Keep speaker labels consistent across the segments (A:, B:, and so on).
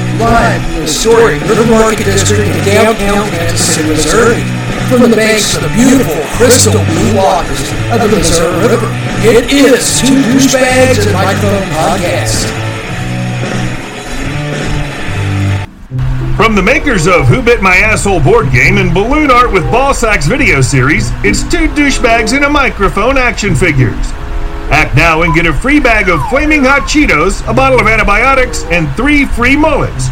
A: line from the historic River Market District in downtown Kansas City, Missouri, from the banks of the beautiful crystal blue waters of the Missouri River. It is Two Douchebags and Microphone Podcast.
B: From the makers of Who Bit My Asshole board game and balloon art with ball sacks video series, it's two douchebags in a microphone action figures. Act now and get a free bag of flaming hot Cheetos, a bottle of antibiotics, and three free mullets.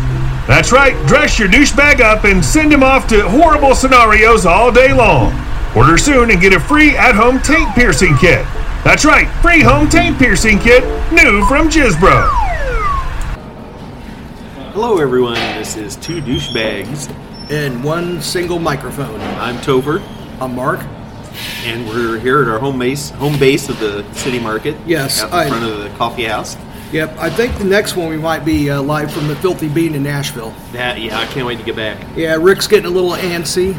B: That's right, dress your douchebag up and send him off to horrible scenarios all day long. Order soon and get a free at home taint piercing kit. That's right, free home taint piercing kit, new from Jizbro.
C: Hello, everyone. This is Two Douchebags.
D: in one single microphone.
C: I'm Tover,
D: I'm Mark.
C: and we're here at our home base, home base of the city market.
D: Yes,
C: out in
D: I-
C: front of the coffee house.
D: Yep, I think the next one we might be uh, live from the Filthy Bean in Nashville.
C: That yeah, I can't wait to get back. Uh,
D: Yeah, Rick's getting a little antsy.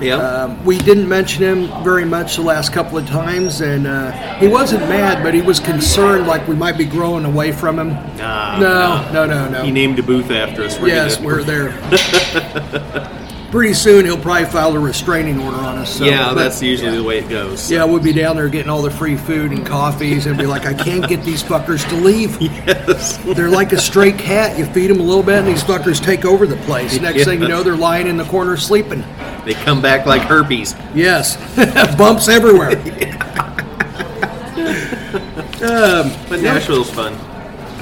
C: Yeah,
D: Um, we didn't mention him very much the last couple of times, and uh, he wasn't mad, but he was concerned like we might be growing away from him.
C: Nah,
D: no, no, no, no.
C: he named a booth after us. We're
D: yes,
C: gonna-
D: we're there. Pretty soon he'll probably file a restraining order on us. So,
C: yeah,
D: but-
C: that's usually the way it goes.
D: Yeah, we'll be down there getting all the free food and coffees and be like, I can't get these fuckers to leave.
C: Yes.
D: They're like a stray cat. You feed them a little bit, and these fuckers take over the place. Next thing you know, they're lying in the corner sleeping.
C: they come back like herpes.
D: Yes, bumps everywhere.
C: But Nashville's fun.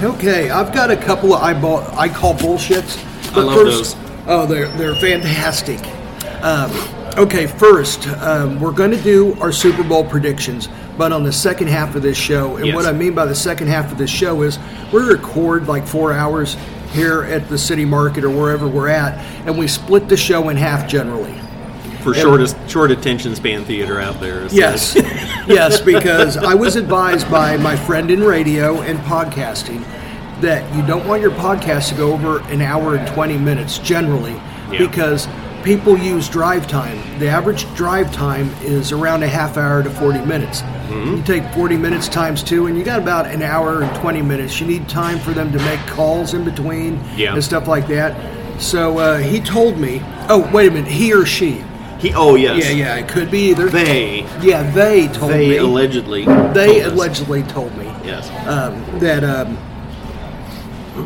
D: Okay, I've got a couple of I, bought, I call bullshits. But
C: love
D: first,
C: those.
D: Oh, they're they're fantastic. Um, okay, first um, we're going to do our Super Bowl predictions, but on the second half of this show. And
C: Yes.
D: what I mean by the second half of this show is we record like four hours here at the city market or wherever we're at, and we split the show in half generally.
C: For shortest short attention span theater out there. so-
D: Yes, yes, because I was advised by my friend in radio and podcasting that you don't want your podcast to go over an hour and 20 minutes generally
C: Yeah.
D: because people use drive time. The average drive time is around a half hour to 40 minutes.
C: Mm-hmm.
D: You take 40 minutes times two, and you got about an hour and 20 minutes. You need time for them to make calls in between
C: Yeah.
D: and stuff like that. So uh, he told me, oh, wait a minute, he or she.
C: He. Oh yes.
D: Yeah, yeah, it could be either.
C: They.
D: Yeah, they told
C: They
D: me.
C: allegedly.
D: they
C: told us.
D: allegedly told me
C: Yes.
D: um, that um,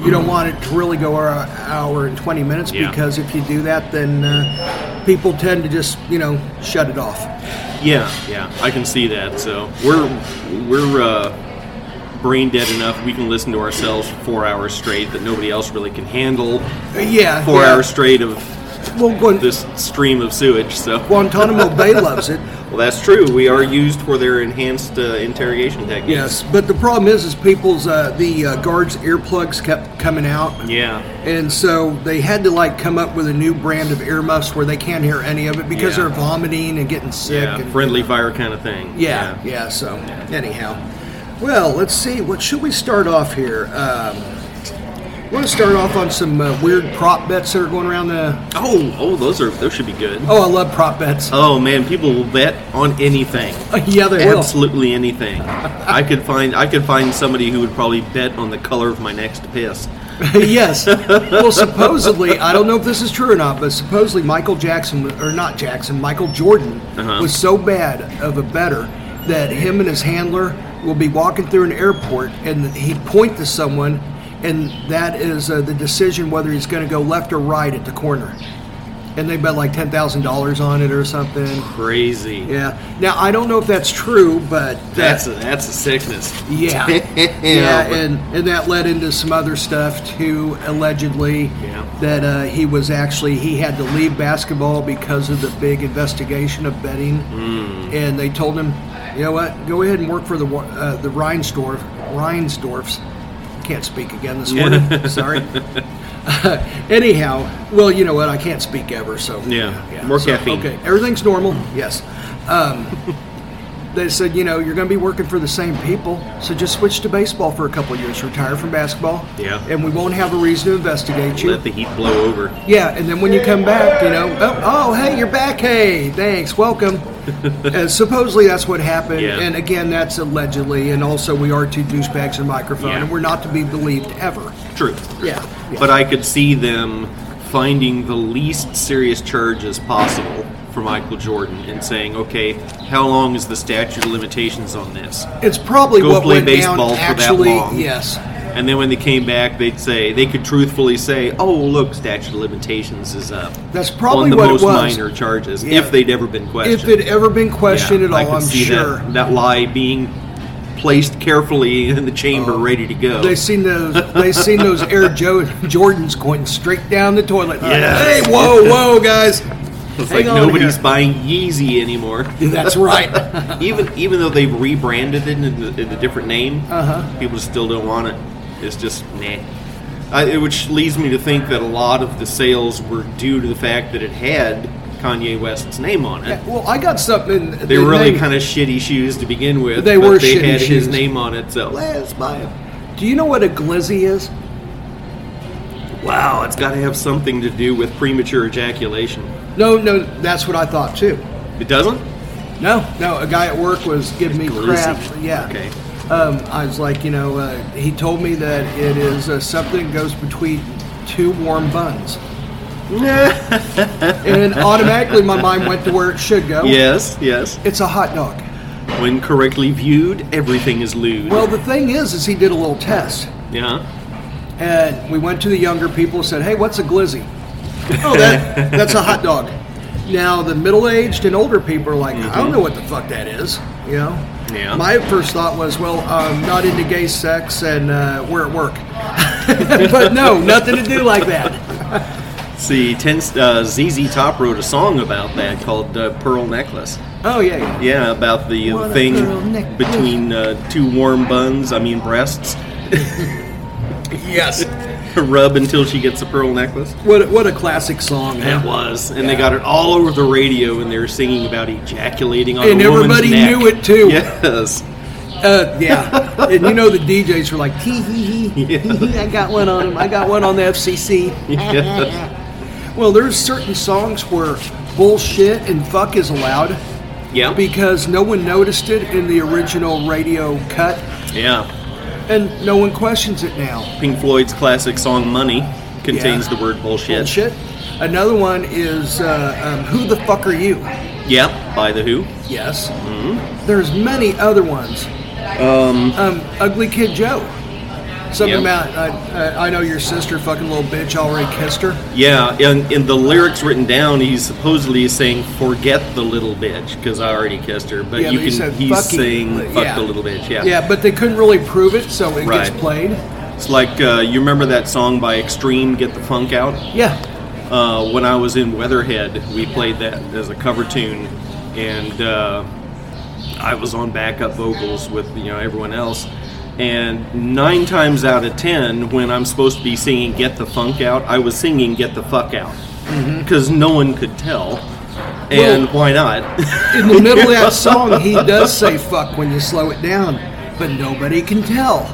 D: you don't want it to really go over an hour and 20 minutes
C: Yeah.
D: because if you do that, then uh, people tend to just, you know, shut it off.
C: Yeah, yeah, I can see that. So we're we're uh, brain dead enough. We can listen to ourselves for four hours straight that nobody else really can handle.
D: Uh, Yeah.
C: Four
D: yeah.
C: hours straight of
D: Well, Guan-
C: this stream of sewage. So
D: Guantanamo Bay loves it.
C: well, that's true. We are used for their enhanced uh, interrogation techniques.
D: Yes, but the problem is, is people's uh, the uh, guards' earplugs kept coming out.
C: Yeah.
D: And so they had to like come up with a new brand of earmuffs where they can't hear any of it because
C: Yeah.
D: they're vomiting and getting sick.
C: Yeah.
D: and,
C: Friendly fire kind of thing.
D: Yeah, yeah. so anyhow, well, let's see. What should we start off here? Um, want to start off on some uh, weird prop bets that are going around the.
C: Oh, oh, those are those should be good. Oh,
D: Oh, I love prop bets.
C: man, people will bet on anything.
D: yeah, they will.
C: Absolutely anything. I could find I could find somebody who would probably bet on the color of my next piss.
D: yes. Well, supposedly, I don't know if this is true or not, but supposedly Michael Jackson, or not Jackson, Michael Jordan
C: Uh-huh.
D: was so bad of a better that him and his handler will be walking through an airport and he'd point to someone, and that is uh, the decision whether he's going to go left or right at the corner. And they bet like $10,000 on it or something.
C: Crazy.
D: Yeah. Now, I don't know if that's true, but
C: That's a, that's a sickness.
D: yeah. yeah, and, and that led into some other stuff too, allegedly.
C: Yeah.
D: That uh, he was actually, he had to leave basketball because of the big investigation of betting.
C: Hmm.
D: And they told him, you know what, go ahead and work for the wa- uh, the Reinsdorf, Reinsdorfs. Can't speak again this morning. Sorry. anyhow, well, you know what, I can't speak ever, so.
C: Yeah, more caffeine.
D: Okay, everything's normal, yes. Um, They said, you know, you're going to be working for the same people, so just switch to baseball for a couple of years, retire from basketball,
C: Yeah.
D: and we won't have a reason to investigate you.
C: Let the heat blow over.
D: Yeah, and then when you come back, you know, oh, oh hey, you're back. Hey, thanks, welcome. and supposedly that's what happened.
C: Yeah.
D: And again, that's allegedly. And also, we are two douchebags and microphone,
C: Yeah.
D: and we're not to be believed ever.
C: True.
D: Yeah.
C: But I could see them finding the least serious charge as possible for Michael Jordan and saying, okay, how long is the statute of limitations on this?
D: It's probably
C: Go
D: what
C: play
D: went
C: baseball
D: down
C: for that
D: actually.
C: long.
D: Yes.
C: And then when they came back, they'd say, they could truthfully say, oh, look, statute of limitations is up.
D: That's probably
C: On the
D: what it
C: most
D: was.
C: minor charges,
D: Yeah.
C: if they'd ever been questioned.
D: If it ever been questioned
C: Yeah,
D: at
C: I
D: all,
C: could
D: I'm
C: see
D: sure.
C: That, that lie being placed carefully in the chamber, ready to go.
D: Oh. They seen those. They seen those Air jo- Jordans going straight down the toilet.
C: Yes.
D: Hey, whoa, whoa, guys!
C: It's like
D: Hang on
C: nobody's
D: here.
C: buying Yeezy anymore.
D: That's right.
C: even even though they've rebranded it in the, in the different name,
D: Uh-huh.
C: people still don't want it. It's just nah. I, it- which leads me to think that a lot of the sales were due to the fact that it had Kanye West's name on it.
D: Well, I got something.
C: They were really kind of shitty shoes to begin with.
D: They
C: but
D: were
C: They
D: shitty
C: had his
D: shoes.
C: name on it, so let's buy them.
D: Do you know what a glizzy is?
C: Wow, it's got to have something to do with premature ejaculation.
D: No, no, that's what I thought too.
C: It doesn't.
D: No, no, a guy at work was giving me crap.
C: Glizzy.
D: Yeah.
C: Okay.
D: Um, I was like, you know, uh, he told me that it is uh, something that goes between two warm buns. and automatically my mind went to where it should go.
C: Yes, yes.
D: It's a hot dog.
C: When correctly viewed, everything is lewd.
D: Well, the thing is, is he did a little test.
C: yeah.
D: And we went to the younger people and said, hey, what's a glizzy? Oh, that, that's a hot dog. Now, the middle aged and older people are like, I don't know what the fuck that is. You know?
C: Mm-hmm. Yeah.
D: My first thought was, well, I'm not into gay sex and uh, we're at work. but no, nothing to do like that.
C: See, ten, uh, ZZ Top wrote a song about that called uh, "Pearl Necklace."
D: Oh, yeah, yeah.
C: Yeah, about the
D: What
C: uh,
D: a
C: thing
D: pearl necklace.
C: between uh, two warm buns. I mean, breasts.
A: Yes.
C: Rub until she gets a pearl necklace.
D: What, a- what a classic song.
C: That
D: huh?
C: was, and they got it all over the radio, and they were singing about ejaculating on
D: And
C: a woman's
D: everybody
C: neck.
D: knew it, too.
C: Yes.
D: Uh, yeah. and you know, the DJs were like, hee hee hee.
C: Yeah.
D: hee hee, I got one on him. I got one on the FCC.
C: yes.
D: Well, there's certain songs where bullshit and fuck is allowed
C: Yeah.
D: because no one noticed it in the original radio cut
C: yeah.
D: and no one questions it now.
C: Pink Floyd's classic song "Money" contains
D: Yeah.
C: the word bullshit.
D: Bullshit. Another one is uh, um, Who the Fuck Are You?
C: Yeah, by the Who.
D: Yes.
C: Mm-hmm.
D: There's many other ones. Um, Ugly Kid Joe.
C: Yeah.
D: Something about, uh, uh, I know your sister, fucking little bitch, already kissed her.
C: Yeah, and in the lyrics written down, he's supposedly saying "forget the little bitch" because I already kissed her. But
D: Yeah,
C: you
D: but he
C: can
D: said,
C: he's
D: "Fuck you."
C: saying "fuck
D: Yeah.
C: the little bitch." Yeah,
D: Yeah, but they couldn't really prove it, so it
C: Right.
D: gets played.
C: It's like uh, you remember that song by Extreme, "Get the Funk Out."
D: Yeah.
C: Uh, when I was in Weatherhead, we played that as a cover tune, and uh, I was on backup vocals with you know everyone else. And nine times out of ten, when I'm supposed to be singing "Get the Funk Out," I was singing "Get the Fuck Out"
D: Mm-hmm.
C: because no one could tell. And why not?
D: In the middle of that song, he does say fuck when you slow it down, but nobody can tell.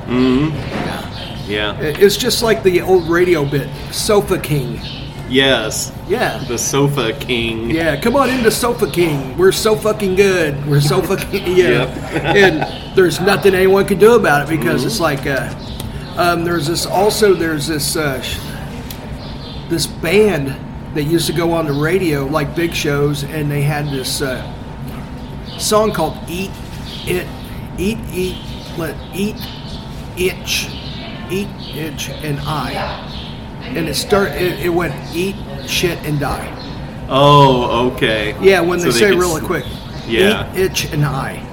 C: yeah.
D: It- It's just like the old radio bit, Sofa King.
C: Yes.
D: Yeah.
C: The Sofa King.
D: Yeah, come on into Sofa King. We're so fucking good. We're so fucking, yeah. And there's nothing anyone can do about it because it's like, uh, um, there's this, also, there's this, uh, sh- this band that used to go on the radio, like big shows, and they had this uh, song called "Eat It, Eat Eat Let Eat Itch, Eat Itch and I," and it start it, it went "Eat Shit and Die."
C: Oh, okay.
D: Yeah, when
C: So
D: they say
C: could
D: really
C: s-
D: quick,
C: Yeah.
D: "Eat Itch and I."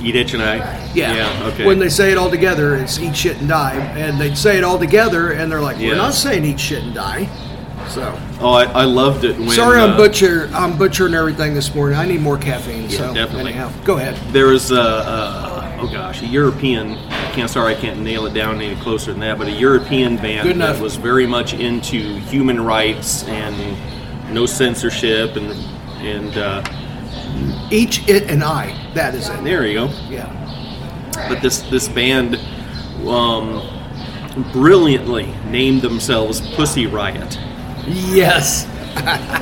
C: Eat itch and I.
D: Yeah.
C: Yeah. Okay.
D: When they say it all together, it's "Eat Shit and Die," and they say it all together, and they're like,
C: Yeah.
D: "We're not saying eat shit and die." So.
C: oh, I, I loved it. When,
D: Sorry, I'm
C: uh,
D: butcher. I'm butchering everything this morning. I need more caffeine.
C: Yeah,
D: so
C: definitely.
D: anyhow, go ahead.
C: There was a, uh oh gosh, a European. I can't sorry, I can't nail it down any closer than that. But a European band
D: Good enough.
C: that was very much into human rights and no censorship and and uh,
D: Each, it, and I. That is it.
C: There you go.
D: Yeah.
C: But this this band um, brilliantly named themselves Pussy Riot.
D: Yes.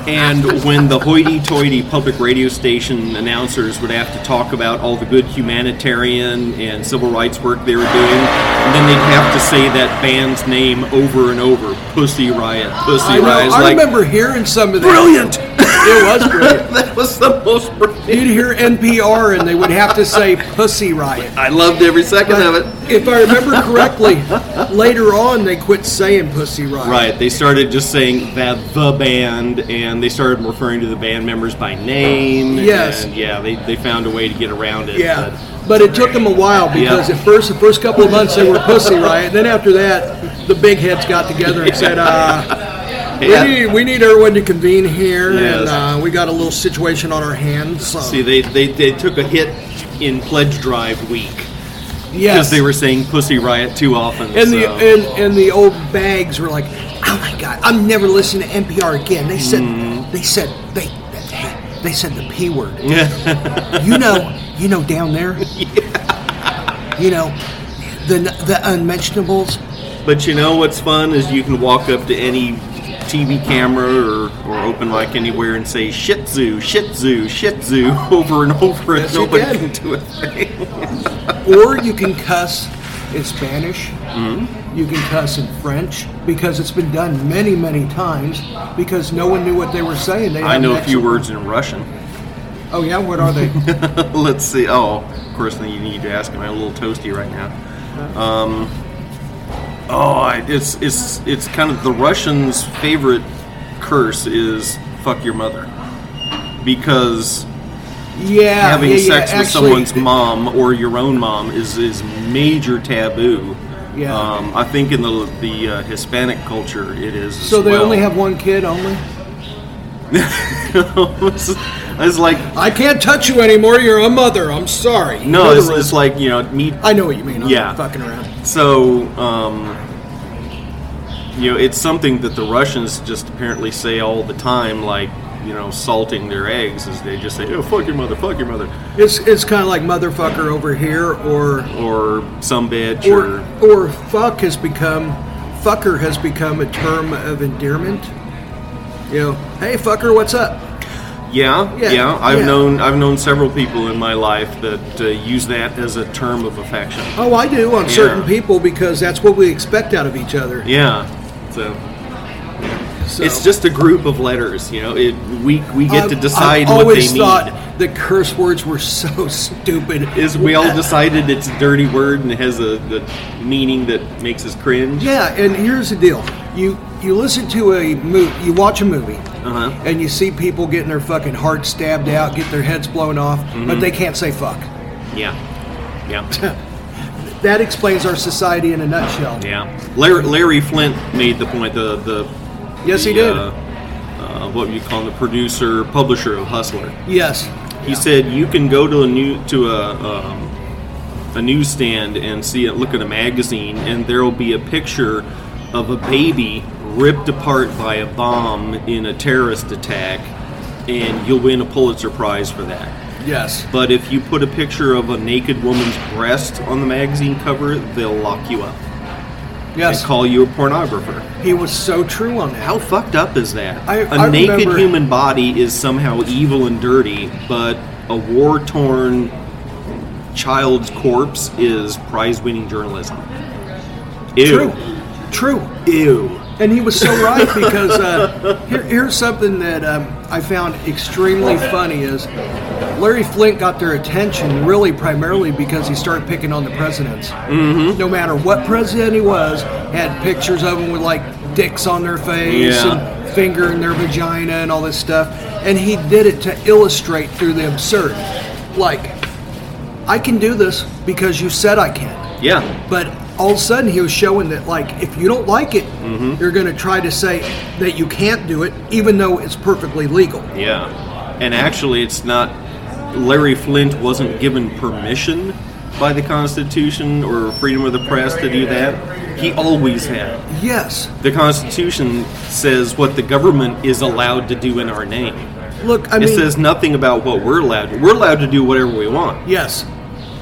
C: And when the hoity toity public radio station announcers would have to talk about all the good humanitarian and civil rights work they were doing, and then they'd have to say that band's name over and over Pussy Riot, Pussy
D: I, know,
C: Riot. It's
D: I
C: like,
D: remember hearing some of that.
C: Brilliant!
D: It was brilliant.
C: that was the most brilliant.
D: You'd hear NPR and they would have to say Pussy Riot.
C: I loved every second of it.
D: If I remember correctly, later on they quit saying Pussy Riot.
C: Right, they started just saying that the band, and they started referring to the band members by name.
D: Yes.
C: And yeah, they, they found a way to get around it.
D: Yeah.
C: but-
D: But it took them a while because
C: Yeah.
D: at first, the first couple of months they were Pussy Riot. Then after that, the big heads got together and said, uh,
C: Yeah.
D: we, need, we need everyone to convene here.
C: Yes.
D: And uh, we got a little situation on our hands. So.
C: See, they, they, they took a hit in pledge drive week because
D: yes.
C: they were saying "pussy riot" too often.
D: and the
C: so-
D: and, and the old bags were like, oh my god, I'm never listening to NPR again. They said
C: Mm-hmm.
D: they said they they, they said the p word. you know, you know down there. You know, the the unmentionables.
C: but you know what's fun is you can walk up to any TV camera or, or open mic anywhere and say "shit zoo, shit zoo, shit zoo" over and over, and
D: Yes, you
C: nobody
D: can.
C: can do a thing.
D: Or you can cuss in Spanish.
C: Mm-hmm.
D: You can cuss in French because it's been done many, many times because no one knew what they were saying. They
C: I
D: had
C: know a
D: an
C: few
D: accent.
C: words in Russian.
D: Oh yeah, what are they?
C: Let's see. Oh, of course, then you need to ask him. I'm a little toasty right now. Um, oh, I, it's it's it's kind of the Russians' favorite curse is "fuck your mother," because
D: Ah, yeah,
C: having
D: yeah, yeah,
C: sex with
D: actually,
C: someone's mom or your own mom is is major taboo.
D: Yeah.
C: Um, I think in the the uh, Hispanic culture, it is. as
D: So they
C: well.
D: only have one kid only.
C: it's like
D: I can't touch you anymore. You're a mother. I'm sorry.
C: no,
D: Mother
C: it's,
D: was-
C: it's like you know meet
D: I know what you mean. I'm
C: Yeah.
D: yeah. fucking around.
C: So, um, you know, it's something that the Russians just apparently say all the time, like, you know, salting their eggs, is they just say, oh, fuck your mother, fuck your mother,
D: It's it's kind of like motherfucker over here, or
C: or some bitch,
D: or
C: or,
D: or fuck has become fucker has become a term of endearment. You know, hey fucker, what's up?
C: yeah, yeah,
D: Yeah,
C: I've
D: yeah.
C: known I've known several people in my life that uh, use that as a term of affection.
D: Oh, I do on
C: Yeah.
D: certain people because that's what we expect out of each other.
C: Yeah, so.
D: So,
C: It's just a group of letters, you know. It, we we get to
D: I've-
C: decide
D: I've
C: what they
D: always
C: mean.
D: thought the curse words were so stupid.
C: is we all decided it's a dirty word and it has a the meaning that makes us cringe.
D: Yeah, and here's the deal: you you listen to a movie, you watch a movie,
C: Uh-huh.
D: and you see people getting their fucking hearts stabbed out, get their heads blown off,
C: Mm-hmm.
D: but they can't say fuck.
C: Yeah. Yeah.
D: That explains our society in a nutshell.
C: yeah. Larry, Larry Flint made the point. The the
D: Yes, he
C: the,
D: did.
C: Uh, uh, what you call him, the producer publisher of Hustler?
D: Yes.
C: He said you can go to a new to a. Um, a newsstand and see it look at a magazine and there will be a picture of a baby ripped apart by a bomb in a terrorist attack and you'll win a pulitzer prize for that
D: Yes.
C: But if you put a picture of a naked woman's breast on the magazine cover, they'll lock you up and
D: Yes.
C: call you a pornographer.
D: He was so true on that.
C: How fucked up is that?
D: I-
C: A
D: I
C: naked
D: remember-
C: human body is somehow evil and dirty, but a war torn child's corpse is prize winning journalism. Ew.
D: True. True.
C: Ew.
D: And he was so right because uh, here, here's something that um, I found extremely funny is Larry Flint got their attention really primarily because he started picking on the presidents. Mm-hmm. No matter what president he was, had pictures of him with like dicks on their face
C: Yeah.
D: and finger in their vagina and all this stuff. And he did it to illustrate through the absurd. Like, I can do this because you said I can.
C: Yeah.
D: But all of a sudden, he was showing that, like, if you don't like it,
C: Mm-hmm.
D: you're going to try to say that you can't do it, even though it's perfectly legal.
C: Yeah. And actually, it's not. Larry Flint wasn't given permission by the Constitution or freedom of the press to do that. He always had.
D: Yes,
C: The Constitution says what the government is allowed to do in our name.
D: Look, I
C: it
D: mean-
C: says nothing about what we're allowed. To. We're allowed to do whatever we want.
D: Yes.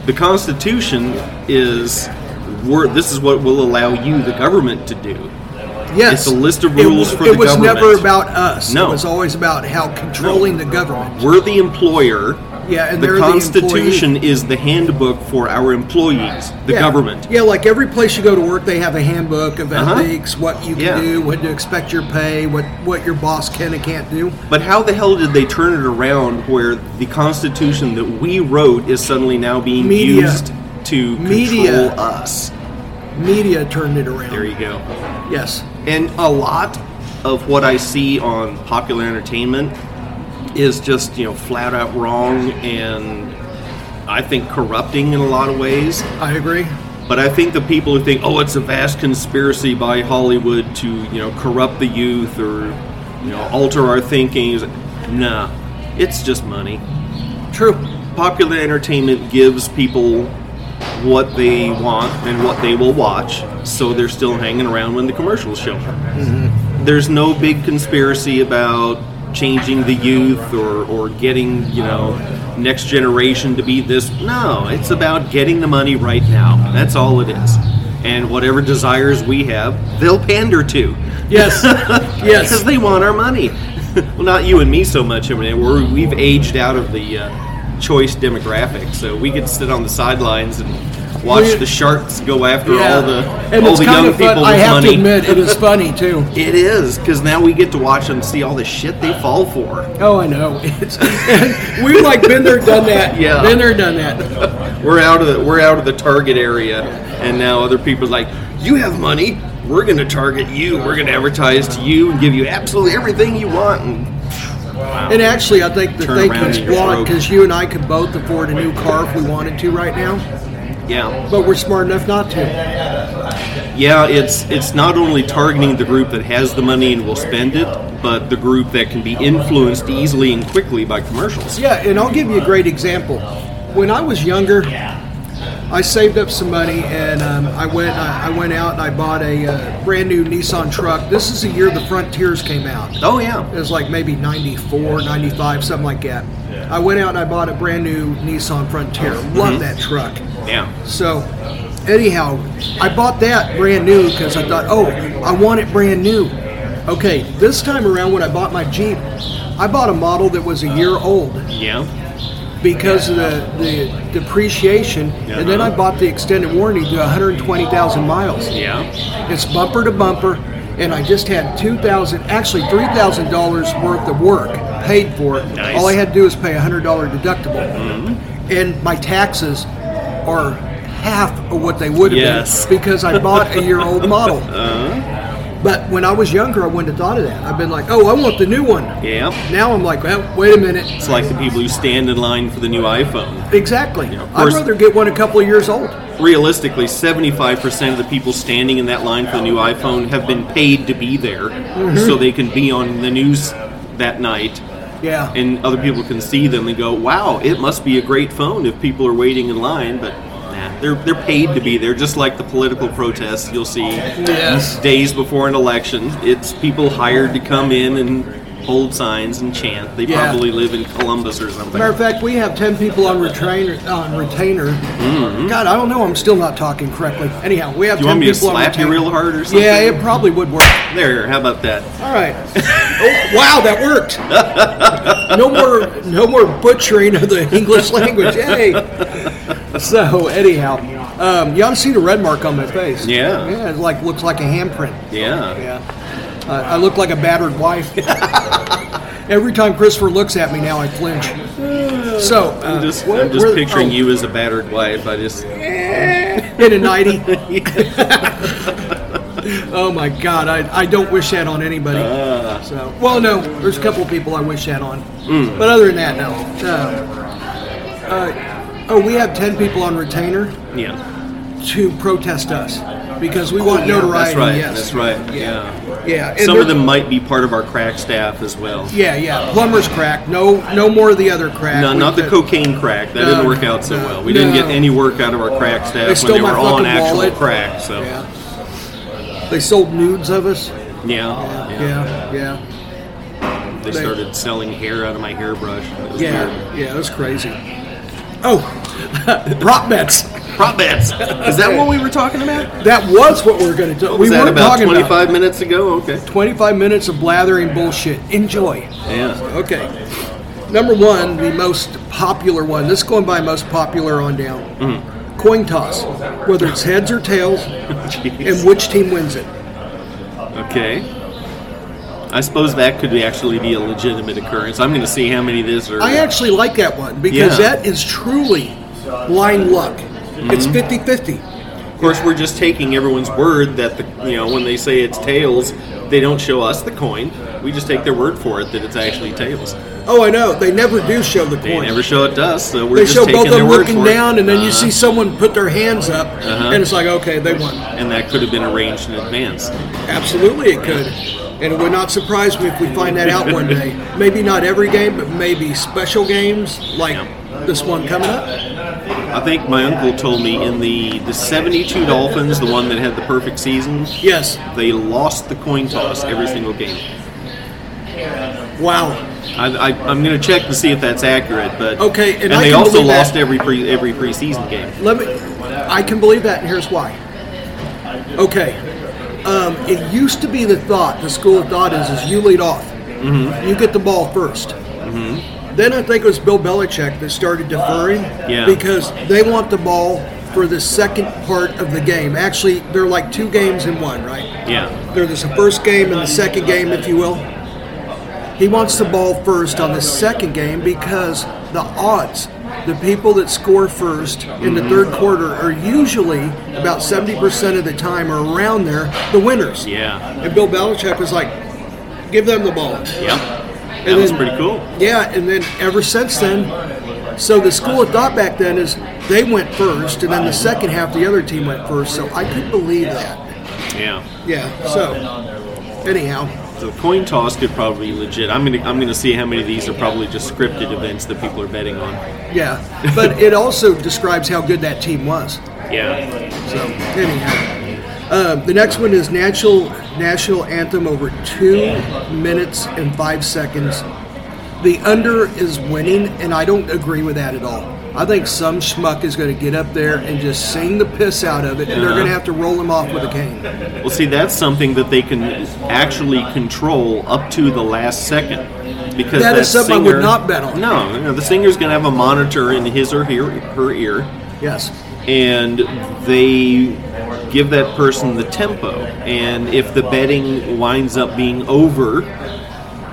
C: The Constitution is, we're, this is what will allow you, the government, to do.
D: Yes.
C: It's a list of
D: It
C: rules
D: was-
C: for the
D: It was
C: government.
D: never about us.
C: No.
D: It was always about how controlling the government.
C: We're the employer.
D: Yeah, and they're
C: the
D: the
C: Constitution is the handbook for our employees, the
D: Yeah.
C: government.
D: Yeah, like every place you go to work, they have a handbook of
C: Uh-huh.
D: ethics, what you can
C: Yeah.
D: do, when to expect your pay, what what your boss can and can't do.
C: But how the hell did they turn it around where the Constitution that we wrote is suddenly now being
D: Media.
C: used to
D: Media.
C: control us?
D: Media turned it around.
C: There you go.
D: yes.
C: And a lot of what I see on popular entertainment is just, you know, flat out wrong and I think corrupting in a lot of ways.
D: I agree.
C: But I think the people who think, oh, it's a vast conspiracy by Hollywood to, you know, corrupt the youth or, you know, alter our thinking, is- nah, it's just money.
D: True.
C: Popular entertainment gives people what they want and what they will watch, so they're still hanging around when the commercials show up. There's no big conspiracy about changing the youth or, or getting, you know, next generation to be this. No, it's about getting the money right now. That's all it is. And whatever desires we have, they'll pander to.
D: Yes.
C: Because
D: yes.
C: they want our money. well, not you and me so much. I mean, we're, we've aged out of the uh, choice demographic, so we could sit on the sidelines and watch
D: Well, you-
C: the sharks go after
D: Yeah.
C: all the
D: and
C: all
D: it's
C: the
D: kind
C: young
D: of fun.
C: people
D: I
C: with
D: have
C: money.
D: to admit, it is funny too.
C: it is because now we get to watch them see all the shit they fall for.
D: Oh, I know. It's, we've like been there, done that.
C: Yeah.
D: Been there, done that.
C: We're out of the, we're out of the target area, and now other people are like, "You have money. We're going to target you. We're going to advertise to you and give you absolutely everything you want." And
D: And actually, I think the
C: Turn
D: thing
C: around
D: that's
C: in your
D: blocked
C: throat.
D: because you and I could both afford a new car if we wanted to right now,
C: yeah,
D: but we're smart enough not to.
C: Yeah, it's it's not only targeting the group that has the money and will spend it, but the group that can be influenced easily and quickly by commercials.
D: Yeah, and I'll give you a great example. When I was younger, I saved up some money and um, I went I, I went out and I bought a uh, brand new Nissan truck. This is the year the Frontiers came out.
C: Oh yeah.
D: It was like maybe 94, 95, something like that. I went out and I bought a brand new Nissan Frontier. Love that truck.
C: Yeah.
D: So, anyhow, I bought that brand new because I thought, oh, I want it brand new. Okay, this time around when I bought my Jeep, I bought a model that was a year old
C: Yeah.
D: because of the, the depreciation, and then I bought the extended warranty to 120,000 miles.
C: Yeah.
D: It's bumper to bumper, and I just had two thousand, actually three thousand dollars worth of work paid for it.
C: Nice. Mm-hmm.
D: All I had to do was pay a hundred dollar deductible, and my taxes are half of what they would have
C: Yes.
D: been because I bought a year old model.
C: Uh,
D: But when I was younger, I wouldn't have thought of that. I've been like, oh, I want the new one.
C: Yeah.
D: Now I'm like, well, wait a minute.
C: It's like the people who stand in line for the new iPhone.
D: Exactly.
C: of
D: I'd
C: course.
D: rather get one a couple of years old.
C: Realistically, 75% of the people standing in that line for the new iPhone have been paid to be there
D: Mm-hmm.
C: so they can be on the news that night
D: Yeah.
C: and other people can see them and go, "Wow, it must be a great phone if people are waiting in line." But nah, they're they're paid to be there, just like the political protests you'll see
D: yes.
C: days before an election. It's people hired to come in and hold signs and chant. They
D: Yeah.
C: probably live in Columbus or something.
D: Matter of fact, we have ten people on retainer. On retainer. God, I don't know. I'm still not talking correctly. Anyhow, we have
C: Do Mm-hmm. you want
D: ten
C: me to
D: people on
C: slap you
D: retainer.
C: real hard or something?
D: yeah, it probably would work.
C: There, how about that?
D: All right. Oh, wow, that worked. No more, no more butchering of the English language. Hey. So anyhow, um, you ought to see the red mark on my face.
C: Yeah.
D: Yeah, it like looks like a handprint.
C: Yeah.
D: Yeah. Uh, I look like a battered wife. Every time Christopher looks at me now, I flinch. So uh,
C: I'm just,
D: where-
C: I'm just
D: where-
C: picturing
D: oh,
C: you as a battered wife. I just
D: in a nighty. oh my God, I, I don't wish that on anybody.
C: Ah.
D: so, well, no, there's a couple people I wish that on,
C: Hmm.
D: but other than that, no. Uh, uh, oh, we have ten people on retainer
C: yeah.
D: to protest us because we want
C: Oh, That's
D: notoriety.
C: right.
D: yes,
C: That's right. Yeah.
D: Yeah, and
C: Some of
D: they're-
C: them might be part of our crack staff as well.
D: Yeah, yeah, plumber's crack. No, no more of the other crack.
C: No,
D: We
C: not the
D: could-
C: cocaine crack. That
D: No,
C: didn't work out so
D: no,
C: well. We didn't
D: no.
C: get any work out of our crack staff
D: They
C: when
D: stole
C: they
D: my
C: were on
D: fucking
C: actual
D: wallet.
C: crack. So yeah,
D: Yeah. They sold nudes of us.
C: yeah.
D: Yeah, yeah.
C: They
D: They-
C: started selling hair out of my hairbrush. It was weird.
D: Yeah, yeah, it was crazy. Oh, prop bets.
C: Prop bets. Is that what we were talking about?
D: That was what we were going to do.
C: What was
D: we
C: that
D: were
C: about
D: talking
C: 25
D: about
C: minutes ago? Okay.
D: 25 minutes of blathering bullshit. Enjoy.
C: Yeah.
D: Okay. Number one, the most popular one. This is going by most popular on down.
C: Mm.
D: Coin toss, whether it's heads or tails, and
C: Jeez.
D: which team wins it.
C: Okay. I suppose that could be actually be a legitimate occurrence. I'm going to see how many of these are.
D: I actually like that one because
C: Yeah. Mm-hmm.
D: that is truly blind luck. It's 50 50.
C: Of course, we're just taking everyone's word that the you know when they say it's tails, they don't show us the coin. We just take their word for it that it's actually tails.
D: Oh, I know. They never do show the
C: They
D: coin.
C: never show it to us, so we're
D: They
C: just
D: show
C: taking
D: both of
C: their
D: them
C: word
D: looking
C: for it.
D: down, and then you
C: Uh-huh.
D: see someone put their hands up, and it's like, okay, they won.
C: and that could have been arranged in advance.
D: Absolutely, it could. And it would not surprise me if we find that out one day. Maybe not every game, but maybe special games like this one coming up.
C: I think my uncle told me in the the '72 Dolphins, the one that had the perfect season,
D: Yes.
C: they lost the coin toss every single game.
D: Wow.
C: I, I, I'm going to check to see if that's accurate, but
D: Okay, and I
C: they
D: can
C: also
D: believe that.
C: lost every pre every preseason game.
D: Let me. I can believe that, and here's why. Okay. Um, it used to be the thought, the school of thought is, is you lead off. You get the ball 1st Then I think it was Bill Belichick that started deferring
C: Yeah.
D: because they want the ball for the second part of the game. Actually, they're like two games in one, right?
C: Yeah,
D: There's the first game and the second game, if you will. He wants the ball first on the second game because the odds, the people that score first in the third quarter are usually about 70% of the time or around there, the winners.
C: yeah,
D: And Bill Belichick was like, give them the ball.
C: yeah. That
D: And
C: was
D: then-
C: pretty cool.
D: Yeah, and then ever since then, so the school of thought back then is they went first, and then the second half, the other team went first. So I couldn't believe that.
C: Yeah.
D: Yeah, so anyhow.
C: So coin toss could probably be legit. I'm gonna I'm gonna see how many of these are probably just scripted events that people are betting on.
D: Yeah, but it also describes how good that team was.
C: Yeah.
D: So anyhow, uh, the next one is national national anthem over two minutes and five seconds. The under is winning, and I don't agree with that at all. I think some schmuck is going to get up there and just sing the piss out of it, and they're going
C: Uh-huh.
D: to have to roll him off with a cane.
C: Well, see, that's something that they can actually control up to the last second. Because
D: That
C: that
D: is something I would
C: singer-
D: not bet on.
C: No, no, the singer's going to have a monitor in his or her, her ear,
D: Yes,
C: and they give that person the tempo. And if the betting winds up being over,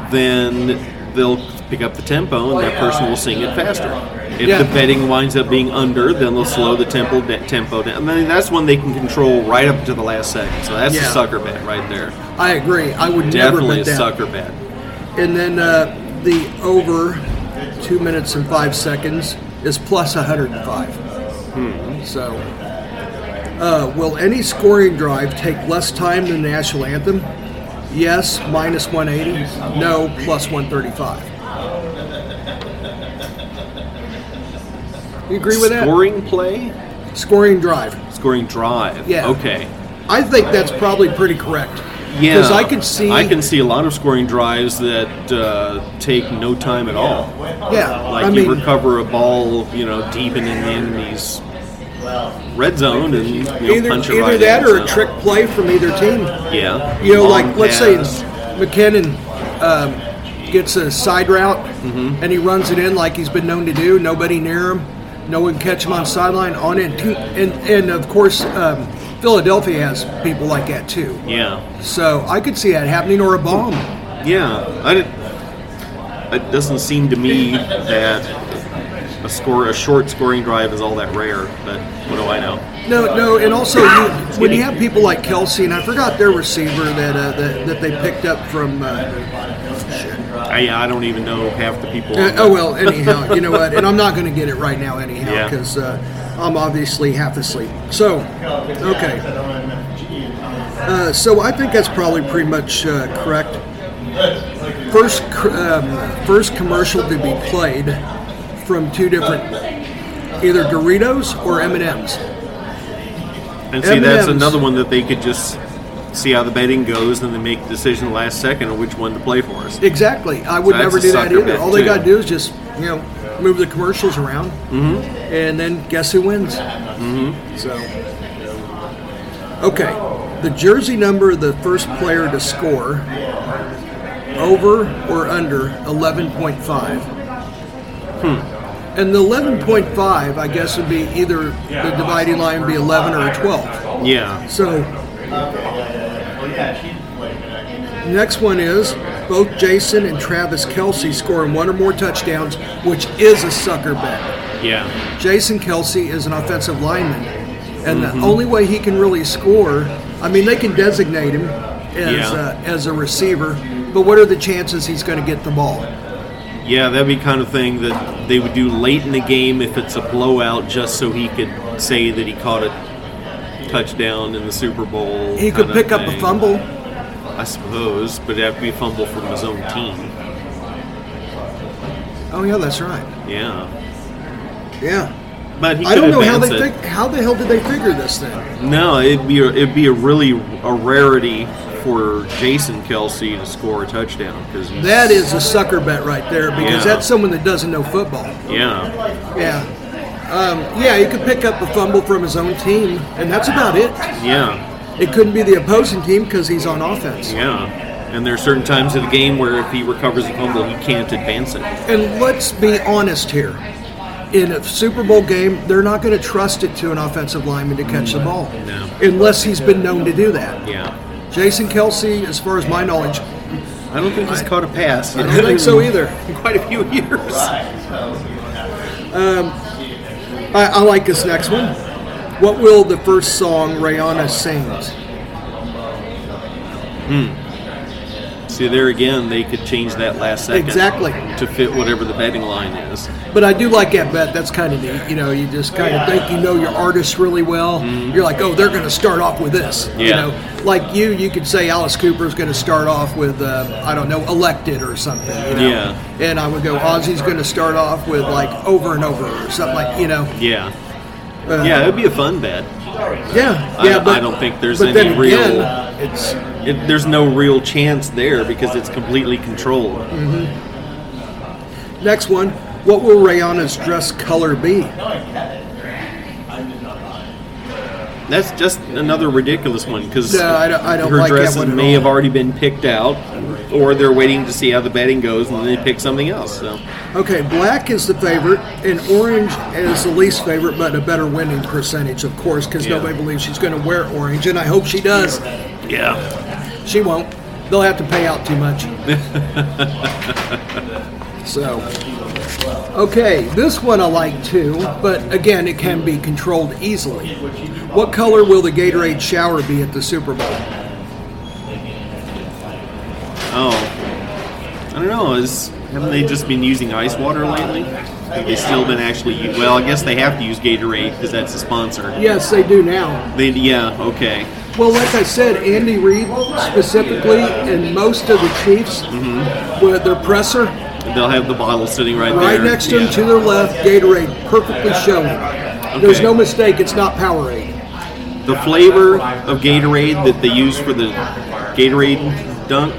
C: then they'll pick up the tempo, and that person will sing it faster. If
D: Yeah.
C: the betting winds up being under, then they'll slow the tempo tempo down. I mean, that's one they can control right up to the last second. So that's
D: Yeah.
C: a sucker bet right there.
D: I agree. I would never
C: Definitely
D: bet
C: a
D: that.
C: sucker bet.
D: And then uh, the over, two minutes and five seconds, is plus 105.
C: Hmm.
D: So, uh, will any scoring drive take less time than the national anthem? Yes, minus 180. No, plus 135. You agree with
C: Scoring play,
D: that? Scoring drive.
C: scoring drive.
D: Yeah.
C: Okay.
D: I think that's probably pretty correct.
C: Yeah.
D: Because I could see.
C: I can see a lot of scoring drives that uh, take no time at all.
D: Yeah.
C: Like
D: I
C: you
D: mean,
C: recover a ball, you know, deep and in the enemy's red zone, and you know,
D: either,
C: punch it
D: either
C: right
D: that
C: in,
D: or
C: so-
D: a trick play from either team.
C: Yeah.
D: You know,
C: Long
D: like let's say
C: pass.
D: McKinnon um, gets a side route and he runs it in like he's been known to do. Nobody near him. No one catch him on sideline. On in, two, and and of course um, Philadelphia has people like that too.
C: Yeah.
D: So I could see that happening or a bomb.
C: Yeah. I did it doesn't seem to me that a score a short scoring drive is all that rare, but what do I know?
D: No, no, and also you, when you have people like Kelsey and I forgot their receiver that uh, that, that they picked up from. Uh,
C: I, I don't even know half the people.
D: Uh, oh well, anyhow, you know what? And I'm not going to get it right now, anyhow,
C: Yeah.
D: because uh, I'm obviously half asleep. So, okay. Uh, so I think that's probably pretty much uh, correct. First, cr- um, first commercial to be played from two different, either Doritos or M and M's.
C: And see, that's
D: M&Ms.
C: another one that they could just see how the betting goes, and then make the decision last second on which one to play for us.
D: Exactly. I would
C: So that's
D: never
C: a
D: do that
C: sucker
D: either.
C: bet,
D: All they
C: too.
D: got to do is just, you know, move the commercials around,
C: Mm-hmm.
D: and then guess who wins. Mm-hmm. So, okay, the jersey number of the first player to score over or under eleven point five.
C: Hmm.
D: And the eleven point five, I guess, would be either the dividing line would be eleven or twelve.
C: Yeah,
D: So, next one is both Jason and Travis Kelsey scoring one or more touchdowns, which is a sucker bet.
C: yeah,
D: Jason Kelsey is an offensive lineman, and
C: Mm-hmm.
D: the only way he can really score, I mean, they can designate him as,
C: Yeah.
D: uh, as a receiver, but what are the chances he's going to get the ball?
C: yeah. That'd be kind of thing that they would do late in the game if it's a blowout, just so he could say that he caught a touchdown in the Super Bowl.
D: He could
C: kinda
D: pick up a
C: thing.
D: fumble.
C: I suppose, but it'd have to be a fumble from his own team.
D: Oh, yeah, that's right.
C: Yeah,
D: Yeah.
C: but he
D: I don't
C: could
D: know how they
C: advance it.
D: fig- how the hell did they figure this thing?
C: No, it'd be a, it'd be a really a rarity for Jason Kelsey to score a touchdown because
D: That is a sucker bet right there because
C: Yeah.
D: that's someone that doesn't know football.
C: yeah
D: Yeah. Um, yeah, he could pick up a fumble from his own team, and that's about it.
C: yeah
D: It couldn't be the opposing team because he's on offense.
C: yeah. And there are certain times of the game where if he recovers a fumble, he can't advance it.
D: And let's be honest here. In a Super Bowl game, they're not going to trust it to an offensive lineman to catch the ball
C: No.
D: unless he's been known to do that.
C: Yeah,
D: Jason Kelsey, as far as my knowledge,
C: I don't think he's caught a pass. I
D: don't think so either.
C: In quite a few years.
D: I, I like this next one. What will the first song Rihanna sings?
C: See, there again, they could change that last second
D: Exactly.
C: to fit whatever the betting line is.
D: But I do like that bet. That's kind of neat. You know, you just kind of think you know your artist really well. You're like, oh, they're going to start off with this. You
C: Mm-hmm. Yeah.
D: know, like you, you could say Alice Cooper's going to start off with, uh, I don't know, Elected or something. You know?
C: Yeah.
D: And I would go, Ozzy's going to start off with like Over and Over or something like, you know.
C: Yeah, yeah, it'd be a fun bet.
D: Yeah.
C: I-
D: Yeah.
C: I
D: but,
C: don't think there's
D: but
C: any
D: then
C: real-
D: Again, it's
C: It, there's no real chance there because it's completely controlled.
D: next one. What will Rihanna's dress color be?
C: That's just another ridiculous one because
D: No, I don't- I don't
C: her
D: like that
C: dresses
D: one at
C: may
D: all.
C: have already been picked out, or they're waiting to see how the betting goes and then they pick something else. So,
D: Okay, black is the favorite, and orange is the least favorite, but a better winning percentage, of course, because
C: Yeah.
D: nobody believes she's going to wear orange, and I hope she does.
C: yeah,
D: She won't. They'll have to pay out too much. so, okay, this one I like too, but again, it can be controlled easily. What color will the Gatorade shower be at the Super Bowl?
C: oh, I don't know. Is haven't they just been using ice water lately? Have they still been actually? u- Well, I guess they have to use Gatorade because that's the sponsor.
D: Yes, they do now.
C: They, yeah, okay,
D: Well, like I said, Andy Reid specifically, and most of the Chiefs, with their presser,
C: they'll have the bottle sitting right,
D: Right
C: there.
D: next to him,
C: Yeah.
D: to their left, Gatorade, perfectly showing. There's no mistake, it's not Powerade.
C: the flavor of Gatorade that they use for the Gatorade dunk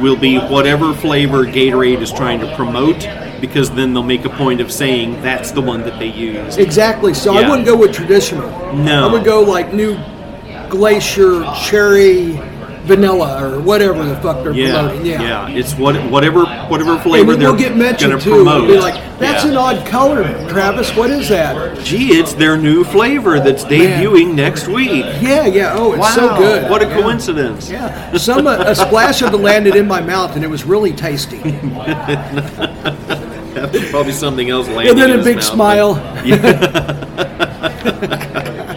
C: will be whatever flavor Gatorade is trying to promote because then they'll make a point of saying that's the one that they use.
D: Exactly, so I
C: Yeah.
D: wouldn't go with traditional.
C: No.
D: I would go like new glacier, cherry, vanilla, or whatever the fuck they're
C: Yeah,
D: promoting. Yeah.
C: yeah, it's what whatever whatever
D: And
C: flavor
D: it
C: they're
D: will get mentioned
C: gonna
D: too. It'll
C: promote.
D: Be like, that's
C: Yeah.
D: an odd color, Travis. What is that?
C: Gee, it's their new flavor that's debuting next week.
D: Yeah, yeah. Oh, it's
C: Wow,
D: so good.
C: what a
D: Yeah.
C: coincidence!
D: Yeah, some uh, a splash of it landed in my mouth, and it was really tasty.
C: Probably something else.
D: And
C: landing
D: then
C: in
D: a
C: his
D: big
C: mouth.
D: smile.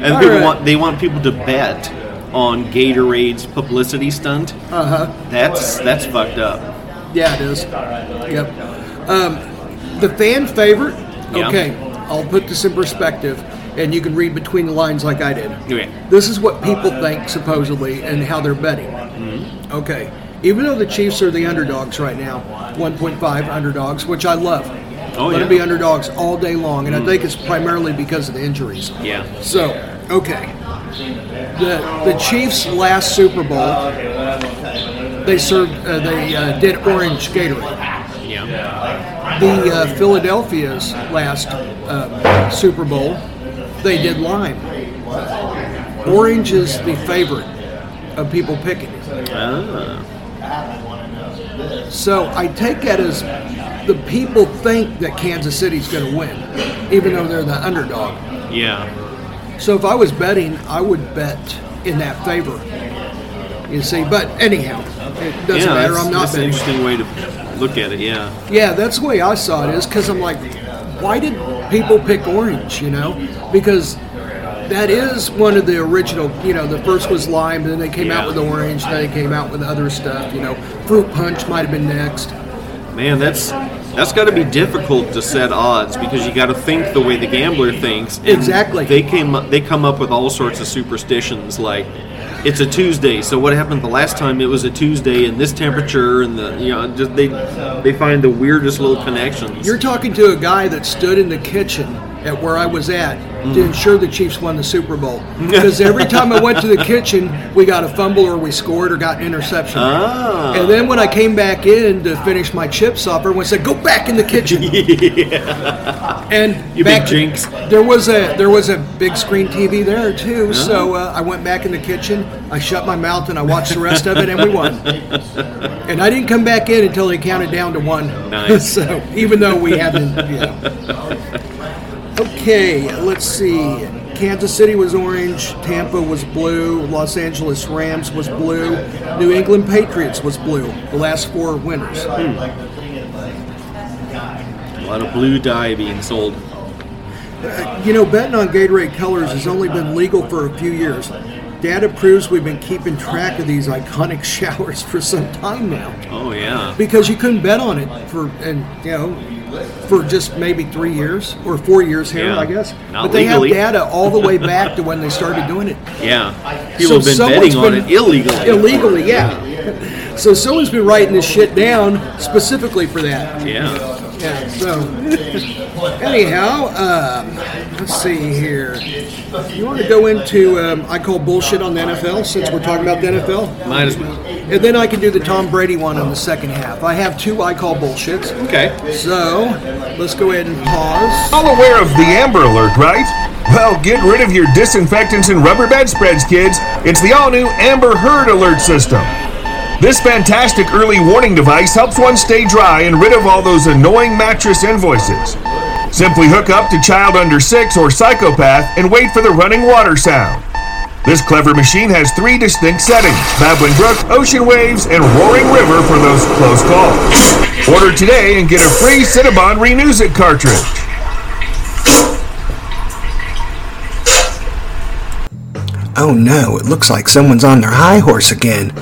C: And
D: All
C: people
D: right.
C: want they want people to bet on Gatorade's publicity stunt. Uh
D: Uh-huh.
C: huh. That's that's fucked up.
D: Yeah, it is. Yep. Um, the fan favorite.
C: Yeah.
D: Okay, I'll put this in perspective, and you can read between the lines like I did.
C: Okay.
D: This is what people think supposedly and how they're betting.
C: Mm-hmm.
D: Okay. Even though the Chiefs are the underdogs right now, 1.5 underdogs, which I love.
C: Oh,
D: Let
C: yeah.
D: them be underdogs all day long, and I think it's primarily because of the injuries.
C: Yeah.
D: So, okay. The, the Chiefs' last Super Bowl, they served, uh, they uh, did orange Gatorade.
C: Yeah.
D: The uh, Philadelphia's last um, Super Bowl, they did lime. Orange is the favorite of people picking.
C: Ah,
D: So I take that as the people think that Kansas City's going to win, even though they're the underdog.
C: yeah.
D: So if I was betting, I would bet in that favor. You see, but anyhow, it doesn't
C: yeah,
D: matter.
C: that's,
D: I'm not
C: that's an
D: betting.
C: interesting way to look at it. Yeah.
D: Yeah, that's the way I saw it is because I'm like, why did people pick orange? You know, because that is one of the original. You know, the first was lime, then they came
C: Yeah.
D: out with orange, then they came out with other stuff. You know, fruit punch might have been next.
C: Man, that's that's got to be difficult to set odds because you got to think the way the gambler thinks. And
D: Exactly.
C: They came up, they come up with all sorts of superstitions like it's a Tuesday, so what happened the last time it was a Tuesday and this temperature and the you know just they they find the weirdest little connections.
D: You're talking to a guy that stood in the kitchen at where I was at
C: Mm.
D: to ensure the Chiefs won the Super Bowl. Because every time I went to the kitchen, we got a fumble or we scored or got an interception.
C: Ah.
D: And then when I came back in to finish my chips off, everyone said, "Go back in the kitchen." And
C: You big
D: back,
C: jinx.
D: There was a there was a big screen TV there too,
C: Uh-huh.
D: so uh, I went back in the kitchen. I shut my mouth and I watched the rest of it, and we won. and I didn't come back in until they counted down to one.
C: Nice.
D: so even though we hadn't, you know. Okay, let's see. Kansas City was orange, Tampa was blue, Los Angeles Rams was blue, New England Patriots was blue. The last four winners.
C: a lot of blue dye being sold.
D: You know, betting on Gatorade colors has only been legal for a few years. Data proves we've been keeping track of these iconic showers for some time now
C: Oh yeah.
D: because you couldn't bet on it for and you know for just maybe three years or four years here,
C: Yeah.
D: I guess.
C: Not
D: but they
C: legally.
D: have data all the way back to when they started doing it.
C: Yeah.
D: So
C: People have been
D: someone's
C: betting on
D: been-
C: it illegally.
D: Illegally, yeah. So someone's been writing this shit down specifically for that.
C: Yeah.
D: Yeah, so anyhow, um, let's see here. You want to go into um, I call bullshit on the NFL since we're talking about the NFL,
C: Might as well.
D: and then I can do the Tom Brady one on the second half. I have two I call bullshits.
C: Okay.
D: So let's go ahead and pause.
B: All aware of the Amber Alert, right? Well, get rid of your disinfectants and rubber bedspreads, kids. It's the all new Amber Heard Alert System. This fantastic early warning device helps one stay dry and rid of all those annoying mattress invoices. Simply hook up to child under six or psychopath and wait for the running water sound. This clever machine has three distinct settings Babbling Brook, Ocean Waves, and Roaring River for those close calls. Order today and get a free Cinnabon Renews It cartridge.
E: Oh no, it looks like someone's on their high horse again.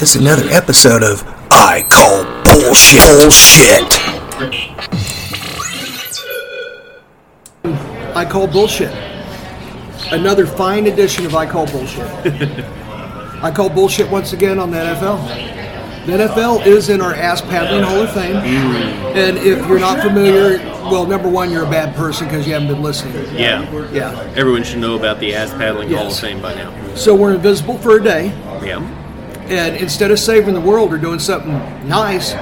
E: It's another episode of I Call Bullshit. Bullshit.
D: I call bullshit. Another fine edition of I call bullshit. I call bullshit once again on the NFL. The NFL is in our ass paddling Hall of Fame, and if you're not familiar, well, number one, you're a bad person because you haven't been listening.
C: Yeah.
D: Yeah.
C: Everyone should know about the ass paddling Hall of
D: Yes.
C: Fame by now.
D: So we're invisible for a day,
C: Yeah.
D: and instead of saving the world or doing something nice,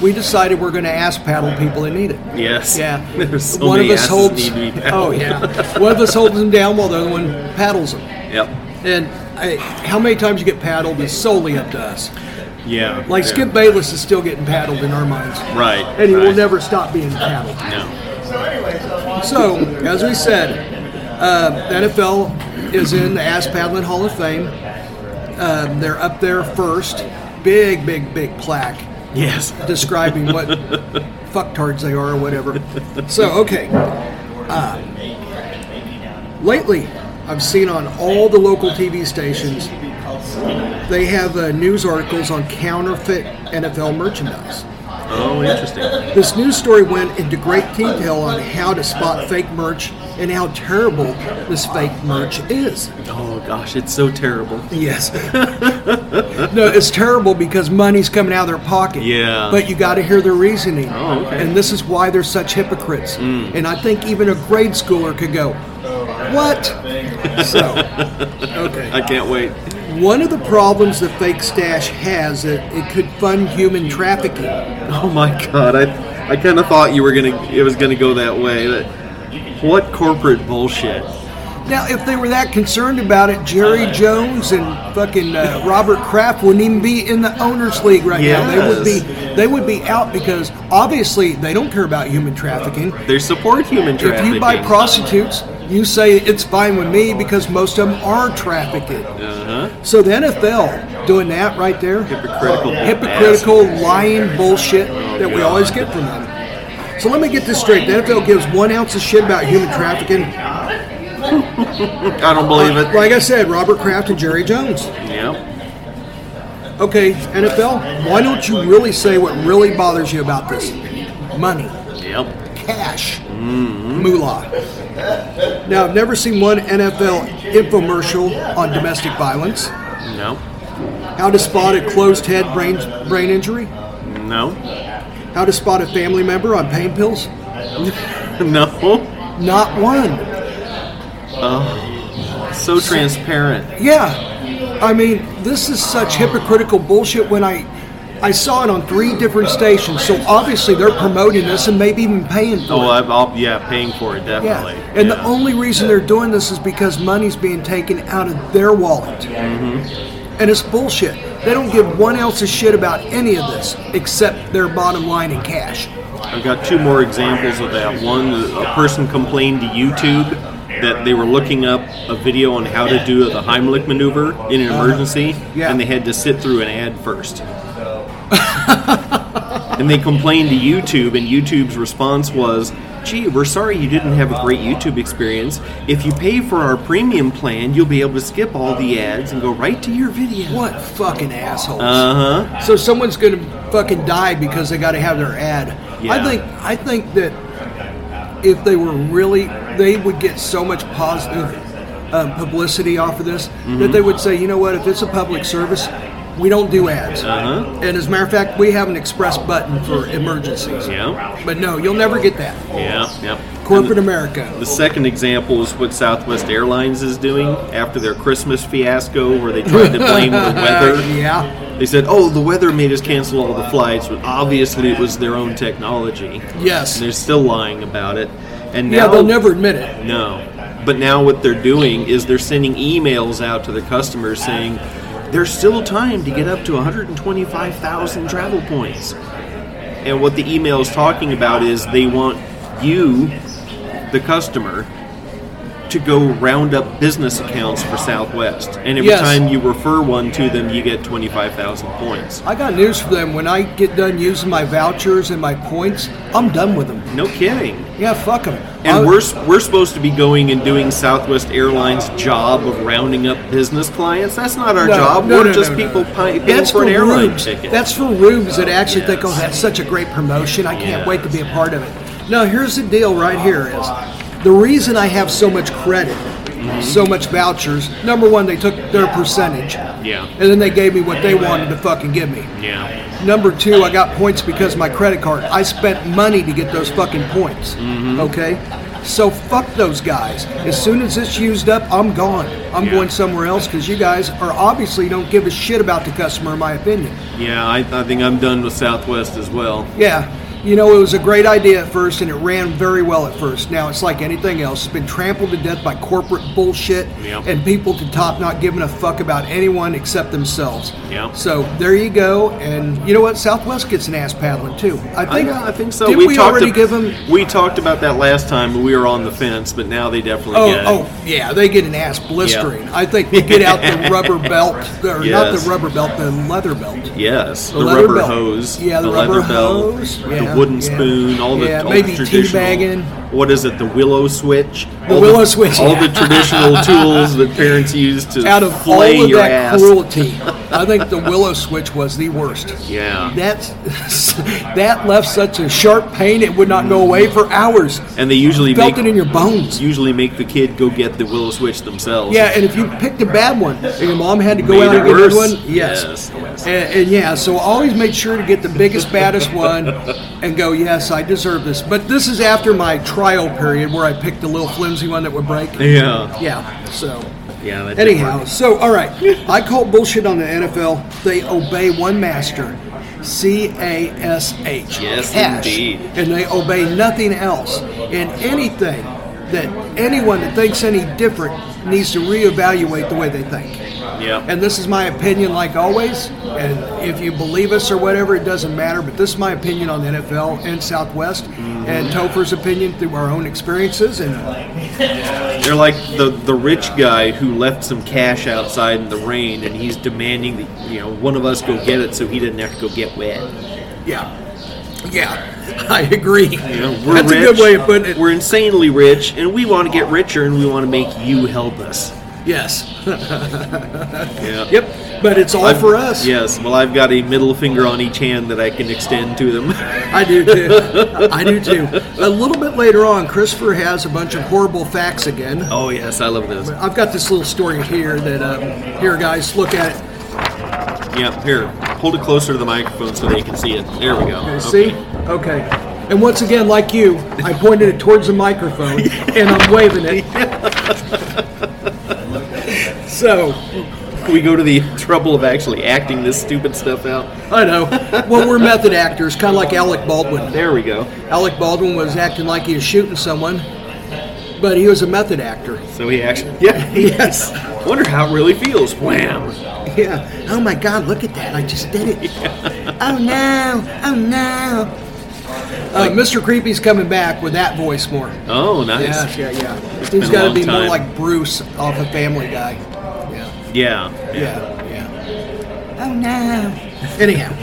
D: we decided we're going to ass paddle people that need it.
C: Yes.
D: Yeah.
C: There's so
D: one
C: many
D: of us
C: asses
D: holds.
C: need to be
D: oh
C: paddled.
D: yeah. One of us holds them down while the other one paddles them.
C: Yep.
D: And I, how many times you get paddled is solely up to us.
C: Yeah.
D: Like
C: yeah.
D: Skip Bayless is still getting paddled in our minds.
C: Right.
D: And he will
C: right.
D: never stop being paddled.
C: No.
D: So, as we said, uh, the NFL is in the Ass Paddling Hall of Fame. Um, they're up there first. Big, big, big plaque
C: Yes.
D: describing what fucktards they are or whatever. So, okay. Uh, lately, I've seen on all the local TV stations, they have uh, news articles on counterfeit NFL merchandise.
C: Oh, interesting.
D: This news story went into great detail on how to spot fake merch and how terrible this fake merch is.
C: Oh gosh, it's so terrible.
D: Yes. no, it's terrible because money's coming out of their pocket.
C: Yeah.
D: But you got to hear their reasoning.
C: Oh, okay. Mm.
D: And this is why they're such hypocrites. And I think even a grade schooler could go, "What?" so, Okay.
C: I can't wait.
D: One of the problems the fake stash has is it could fund human trafficking.
C: Oh my god, I I kind of thought you were gonna it was gonna go that way. That- What corporate bullshit?
D: Now, if they were that concerned about it, Jerry Jones and fucking uh, Robert Kraft wouldn't even be in the owners league right now. They would be they would be out because obviously they don't care about human trafficking.
C: They support human
D: If
C: trafficking.
D: you buy prostitutes, you say it's fine with me because most of them are trafficking.
C: uh huh,
D: So the NFL doing that right there,
C: Oh, Hypocritical
D: hypocritical lying bullshit that we always get from them. So let me get this straight: the NFL gives one ounce of shit about human trafficking.
C: I don't believe it.
D: Like I said, Robert Kraft and Jerry Jones.
C: Yeah,
D: Okay, NFL, why don't you really say what really bothers you about this? Money,
C: yep.
D: cash, moolah. Now, I've never seen one NFL infomercial on domestic violence.
C: No,
D: How to spot a closed head brain, brain injury.
C: no,
D: How to spot a family member on pain pills.
C: no.
D: Not one.
C: So transparent.
D: Yeah. I mean, this is such hypocritical bullshit when I I saw it on three different stations. So obviously they're promoting this and maybe even paying for it.
C: Oh, I've, I'll, yeah, paying for it
D: Yeah,
C: definitely.
D: and the
C: Yeah.
D: only reason they're doing this is because money's being taken out of their wallet.
C: Mm-hmm.
D: And it's bullshit. They don't give one ounce of shit about any of this except their bottom line in cash.
C: I've got two more examples of that. One, a person complained to YouTube that they were looking up a video on how to do the Heimlich maneuver in an emergency,
D: Uh-huh. Yeah.
C: and they had to sit through an ad first. and they complained to YouTube, and YouTube's response was, Gee, we're sorry you didn't have a great YouTube experience. If you pay for our premium plan, you'll be able to skip all the ads and go right to your video.
D: What fucking assholes.
C: Uh huh.
D: so someone's gonna fucking die because they gotta have their ad. I
C: Yeah.
D: think I think that if they were really they would get so much positive um, publicity off of this
C: Mm-hmm.
D: that they would say, you know what, if it's a public service, we don't do ads.
C: Uh huh.
D: And as a matter of fact, we have an express button for emergencies.
C: Yeah.
D: But no, you'll never get that.
C: Yeah. Yeah.
D: Corporate America.
C: The second example is what Southwest Airlines is doing after their Christmas fiasco where they tried to blame the weather.
D: Uh, Yeah.
C: They said, oh, the weather made us cancel all the flights, but obviously it was their own technology.
D: Yes.
C: And they're still lying about it. And now,
D: yeah, they'll never admit it.
C: No. But now what they're doing is they're sending emails out to their customers saying, there's still time to get up to 125,000 travel points. And what the email is talking about is they want you, the customer, to go round up business accounts for Southwest. And every
D: Yes.
C: time you refer one to them, you get 25,000 points.
D: I got news for them. When I get done using my vouchers and my points, I'm done with them.
C: No kidding.
D: Yeah, fuck them.
C: And we're, s- we're supposed to be going and doing Southwest Airlines' job of rounding up business clients. That's not our job. we're just people pay- paying
D: That's
C: for an airline
D: rubes.
C: ticket.
D: That's for rubes that actually think, oh,
C: Yes.
D: that's such a great promotion. I can't
C: Yes.
D: wait to be a part of it. No, here's the deal right here is the reason I have so much credit,
C: Mm-hmm.
D: so much vouchers, number one, they took their percentage.
C: Yeah.
D: And then they gave me what they wanted to fucking give me.
C: yeah,
D: Number two, I got points because of my credit card. I spent money to get those fucking points. Okay? So fuck those guys. As soon as it's used up, I'm gone. I'm
C: Yeah.
D: going somewhere else because you guys are obviously don't give a shit about the customer, in my opinion.
C: yeah. I, I think I'm done with Southwest as well.
D: Yeah. You know, it was a great idea at first and it ran very well at first. Now it's like anything else. It's been trampled to death by corporate bullshit
C: Yep.
D: and people to top not giving a fuck about anyone except themselves.
C: Yep.
D: So there you go. And you know what? Southwest gets an ass paddling too. I
C: I,
D: think
C: know, I think so.
D: Did we,
C: we talked
D: already
C: ab-
D: give them
C: We talked about that last time. but We were on the fence, but now they definitely
D: Oh,
C: get it.
D: oh, yeah, they get an ass blistering. I think they get out the rubber belt, or not
C: Yes.
D: the rubber belt, the leather belt.
C: Yes, the,
D: leather
C: rubber
D: belt.
C: hose,
D: Yeah, the,
C: leather
D: rubber
C: belt,
D: hose.
C: the wooden
D: yeah.
C: spoon, all the
D: yeah,
C: all
D: maybe
C: the traditional.
D: teabagging.
C: What is it? The willow switch.
D: The
C: all
D: willow switch,
C: All
D: yeah.
C: the traditional tools that parents use to
D: Out of all
C: flay
D: of
C: your
D: that
C: ass.
D: cruelty, I think the willow switch was the worst.
C: Yeah.
D: That's that left such a sharp pain it would not go away for hours.
C: and they usually
D: Felt
C: make
D: it in your bones.
C: usually make the kid go get the willow switch themselves.
D: Yeah, and if you picked a bad one, and your mom had to go
C: Made
D: out
C: it
D: and get another
C: worse.
D: one, yes.
C: Yes, yes.
D: And, and yeah, so always make sure to get the biggest, baddest one and go, yes, I deserve this. But this is after my trial period where I picked a little flimsy one that would break.
C: Yeah.
D: Yeah, so
C: Yeah, that didn't
D: Anyhow,
C: work.
D: so all right, I call bullshit on the NFL. They obey one master, C A S H.
C: Yes, indeed.
D: And they obey nothing else. And anything that anyone that thinks any different needs to reevaluate the way they think.
C: Yep.
D: And this is my opinion, like always. And if you believe us or whatever, it doesn't matter. But this is my opinion on the NFL and Southwest,
C: Mm-hmm.
D: and Topher's opinion through our own experiences. And
C: They're like the the rich guy who left some cash outside in the rain, and he's demanding that you know one of us go get it so he didn't have to go get wet.
D: yeah, yeah, I agree.
C: You know, we're
D: That's
C: rich,
D: a good way of putting it.
C: We're insanely rich, and we want to get richer, and we want to make you help us.
D: yes.
C: Yeah.
D: Yep. But it's all
C: I've-
D: for us.
C: Yes. Well, I've got a middle finger on each hand that I can extend to them.
D: I do too. I do too. A little bit later on, Christopher has a bunch of horrible facts again.
C: oh yes, I love this.
D: I've got this little story here that, uh, here, guys, look at it.
C: Yeah. Here, hold it closer to the microphone so they can see it. There we go.
D: You see? Okay. And once again, like you, I pointed it towards the microphone and I'm waving it. so,
C: We go to the trouble of actually acting this stupid stuff out.
D: I know. Well, we're method actors, kind of like Alec Baldwin.
C: There we go.
D: Alec Baldwin was acting like he was shooting someone, but he was a method actor.
C: So he actually. Yeah.
D: Yes.
C: Wonder how it really feels. Wham!
D: Yeah. Oh my God, look at that. I just did it. Oh no. Oh no. Uh, Mr. Creepy's coming back with that voice more.
C: Oh, nice.
D: Yes, yeah, yeah.
C: It's been
D: He's
C: a
D: got to
C: long
D: be more
C: time.
D: like Bruce off of Family Guy. Yeah,
C: Yeah.
D: yeah, yeah. Oh no. Anyhow,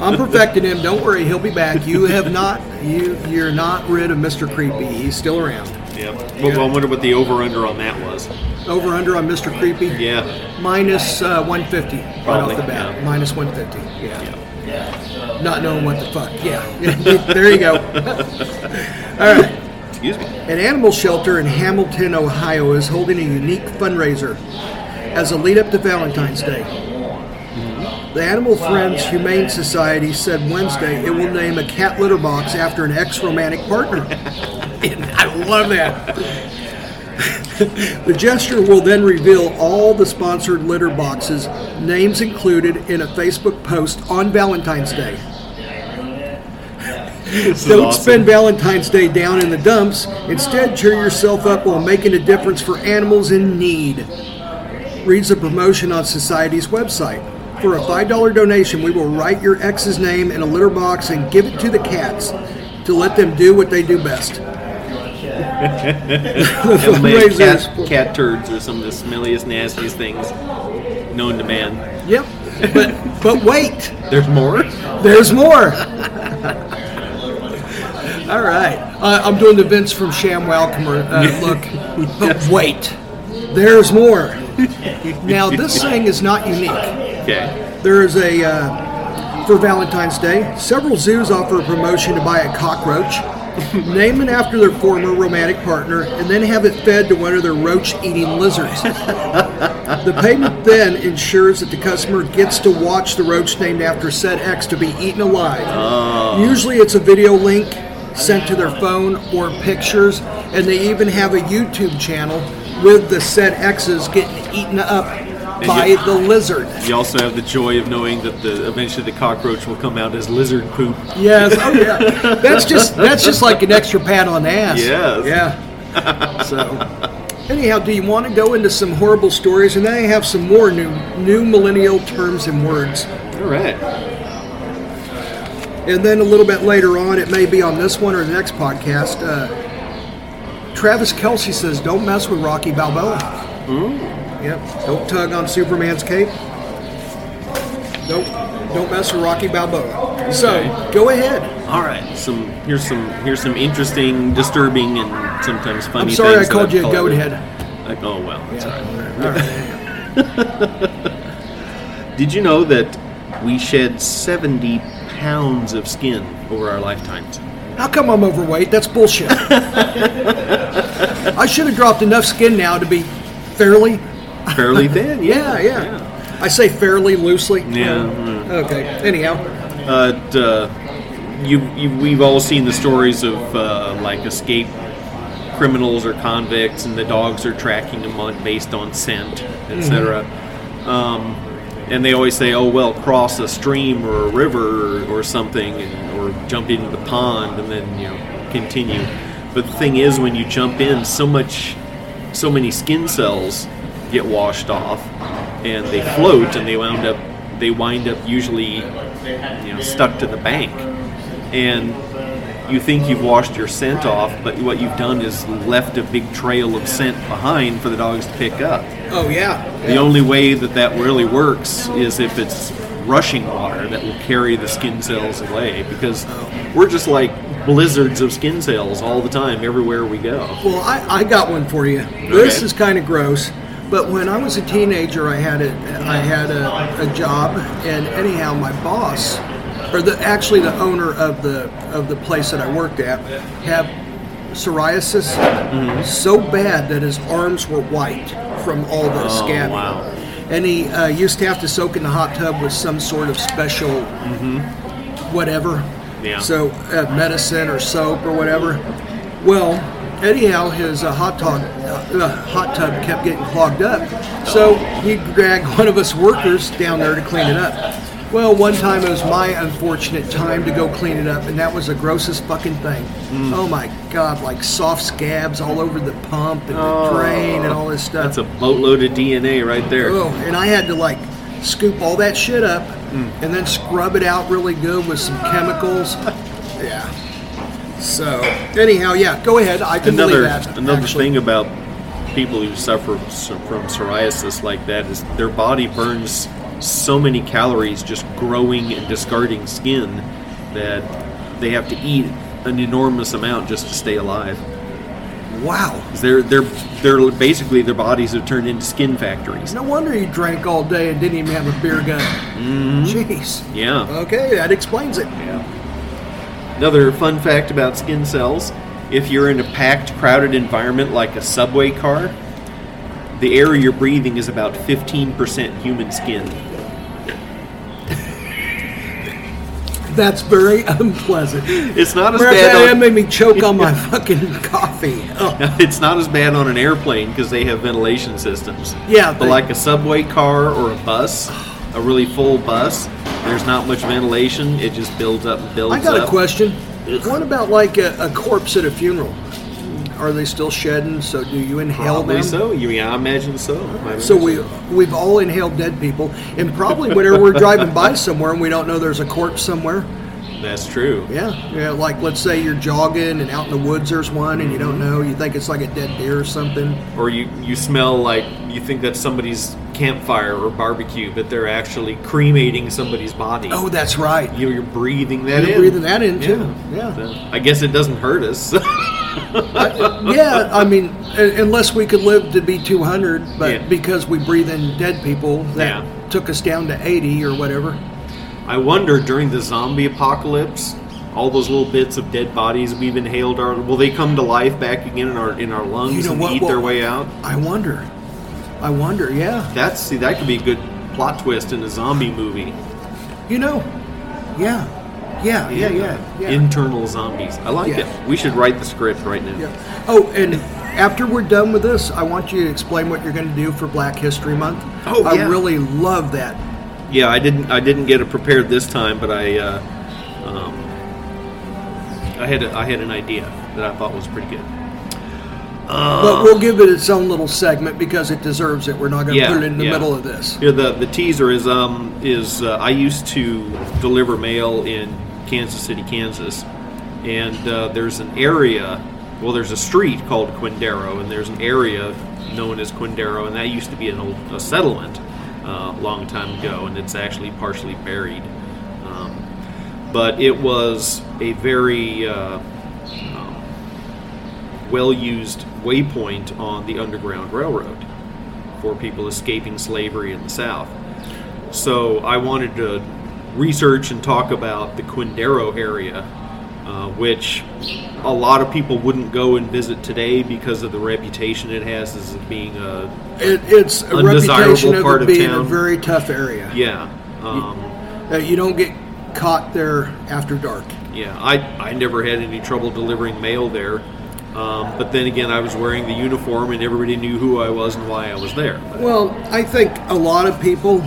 D: I'm perfecting him. Don't worry, he'll be back. You have not, you you're not rid of Mr. Creepy. He's still around.
C: Yeah. Well, I wonder what the over under on that was.
D: Over under on Mr. Creepy.
C: Yeah.
D: Minus uh, 150 right
C: Probably,
D: off the bat.
C: yeah.
D: Minus 150. Yeah. Not knowing what the fuck. Yeah. there you go. All right.
C: Excuse me.
D: An animal shelter in Hamilton, Ohio is holding a unique fundraiser as a lead up to Valentine's Day.
C: Mm-hmm.
D: The Animal Friends Humane Society said Wednesday it will name a cat litter box after an ex romantic partner. And I love that. the gesture will then reveal all the sponsored litter boxes, names included, in a Facebook post on Valentine's Day.
C: This is
D: Don't
C: awesome.
D: spend Valentine's Day down in the dumps. Instead, cheer yourself up while making a difference for animals in need. Reads the promotion on Society's website. For a $5 donation, we will write your ex's name in a litter box and give it to the cats to let them do what they do best.
C: They'll make
D: fundraisers
C: cat,
D: for-
C: cat turds are some of the smelliest, nastiest things known to man.
D: Yep. But, but wait,
C: There's more?
D: there's more. All right. Uh, I'm doing the Vince from ShamWow commer- uh, look. But wait, there's more. Now, this thing is not unique.
C: Okay.
D: There is a, uh, for Valentine's Day, several zoos offer a promotion to buy a cockroach, name it after their former romantic partner, and then have it fed to one of their roach eating lizards. the payment then ensures that the customer gets to watch the roach named after said X to be eaten alive. Usually it's a video link sent to their phone or pictures, and they even have a YouTube channel with the said X's getting eaten up by
C: you-
D: the lizard.
C: You also have the joy of knowing that the eventually the cockroach will come out as lizard poop.
D: Yes. Oh yeah. That's just that's just like an extra pat on the ass.
C: Yes.
D: Yeah. So anyhow, do you want to go into some horrible stories and then I have some more new new millennial terms and words.
C: All right.
D: And then a little bit later on, it may be on this one or the next podcast. Uh, Travis Kelsey says, "Don't mess with Rocky Balboa." Yep. Don't tug on Superman's cape. Don't don't mess with Rocky Balboa. So
C: Okay.
D: go ahead.
C: All right. Some here's some here's some interesting, disturbing, and sometimes funny.
D: I'm sorry I
C: things that
D: called
C: I've
D: you a goat
C: it.
D: head.
C: Like, oh well, that's all right.
D: All right.
C: Did you know that we shed 70 pounds of skin over our lifetimes?
D: How come I'm overweight? That's bullshit. I should have dropped enough skin now to be fairly.
C: Fairly thin,
D: Yeah, yeah. I say fairly loosely.
C: Yeah, mm.
D: Okay. Anyhow,
C: Uh, d- uh, you, you, we've all seen the stories of uh, like escape criminals or convicts, and the dogs are tracking them on, based on scent, etc. Um, and they always say, "Oh well, cross a stream or a river or, or something, and, or jump into the pond, and then you know continue." But the thing is, when you jump in, so much, so many skin cells get washed off, and they float, and they wound up, they wind up usually, you know, stuck to the bank, and you think you've washed your scent off, but what you've done is left a big trail of scent behind for the dogs to pick up.
D: Oh yeah.
C: The only way that that really works is if it's rushing water that will carry the skin cells away because we're just like blizzards of skin cells all the time everywhere we go.
D: Well, I, I got one for you. This
C: Okay.
D: is kind of gross, but when I was a teenager, I had a I had a, a job, and anyhow, my boss, or the actually the owner of the of the place that I worked at, had psoriasis
C: Mm-hmm.
D: so bad that his arms were white from all the scabbing.
C: Oh, wow.
D: And he uh, used to have to soak in the hot tub with some sort of special whatever.
C: Mm-hmm. Yeah.
D: So uh, medicine or soap or whatever. Well, anyhow, his uh, hot tub uh, uh, hot tub kept getting clogged up, so he dragged one of us workers down there to clean it up. Well, one time it was my unfortunate time to go clean it up, and that was the grossest fucking thing. Oh my god, like soft scabs all over the pump and the drain and all this stuff.
C: That's a boatload of DNA right there.
D: Oh, and I had to like scoop all that shit up
C: Hmm.
D: and then scrub it out really good with some chemicals. yeah. So anyhow, yeah, go ahead. I can
C: another
D: believe that.
C: another
D: actually.
C: thing about people who suffer s- from psoriasis like that is their body burns so many calories just growing and discarding skin that they have to eat an enormous amount just to stay alive.
D: Wow.
C: 'Cause They're they're they're basically their bodies have turned into skin factories.
D: No wonder you drank all day and didn't even have a beer gun.
C: Mm-hmm.
D: Jeez.
C: Yeah.
D: Okay, that explains it.
C: Another fun fact about skin cells if you're in a packed, crowded environment like a subway car, the air you're breathing is about 15% human skin.
D: That's very unpleasant.
C: It's not as
D: Matter of fact,
C: bad.
D: that
C: On,
D: made me choke on my fucking coffee. Oh.
C: it's not as bad on an airplane because they have ventilation systems.
D: Yeah,
C: but
D: they-
C: like a subway car or a bus, a really full bus, there's not much ventilation. It just builds up and builds
D: I got
C: up.
D: a question. What about like a, a corpse at a funeral? Are they still shedding? So do you inhale
C: Probably
D: them?
C: so. You mean I imagine so. I
D: So we
C: imagine
D: we've all inhaled dead people, and probably whenever we're driving by somewhere and we don't know there's a corpse somewhere.
C: so. that's true.
D: Yeah, yeah. Like let's say you're jogging and out in the woods there's one, and you don't know. You think it's like a dead deer or something.
C: or you, you smell like you think that's somebody's campfire or barbecue, but they're actually cremating somebody's body.
D: Oh, that's right.
C: you, you're breathing that
D: You're
C: in.
D: breathing that in,
C: yeah.
D: too. Yeah.
C: So, I guess it doesn't hurt us.
D: yeah, I mean, u- unless we could live to be 200, but
C: Yeah.
D: because we breathe in dead people, that
C: Yeah.
D: took us down to 80 or whatever.
C: I wonder during the zombie apocalypse, all those little bits of dead bodies we've inhaled are will they come to life back again in our in our lungs
D: You know
C: and
D: what,
C: eat
D: what-
C: their way out?
D: I wonder. I wonder. Yeah.
C: That's see that could be a good plot twist in a zombie movie.
D: You know. Yeah. Yeah. Yeah. Yeah. yeah.
C: Internal zombies. I like
D: Yeah.
C: it. We should write the script right now.
D: Yeah. Oh, and after we're done with this, I want you to explain what you're going to do for Black History Month.
C: Oh,
D: I
C: yeah.
D: really love that.
C: Yeah, I didn't. I didn't get it prepared this time, but I, uh, um, I had a, I had an idea that I thought was pretty good. Uh.
D: but we'll give it its own little segment because it deserves it. We're not going to
C: Yeah,
D: put it in the
C: yeah.
D: middle of this.
C: Yeah, the the teaser is um is uh, I used to deliver mail in Kansas City, Kansas, and uh, there's an area. Well, there's a street called Quindaro, and there's an area known as Quindaro, and that used to be an old a settlement uh, a long time ago, and it's actually partially buried. Um, but it was a very uh, well used waypoint on the Underground Railroad for people escaping slavery in the South. So I wanted to research and talk about the Quindaro area, uh, which a lot of people wouldn't go and visit today because of the reputation it has as being a
D: It, it's a
C: Undesirable
D: reputation of
C: part of
D: it being a
C: town.
D: very tough area.
C: yeah. Um,
D: Uh, you don't get caught there after dark.
C: Yeah, I, I never had any trouble delivering mail there. Um, but then again, I was wearing the uniform, and everybody knew who I was and why I was there.
D: Well, I think a lot of people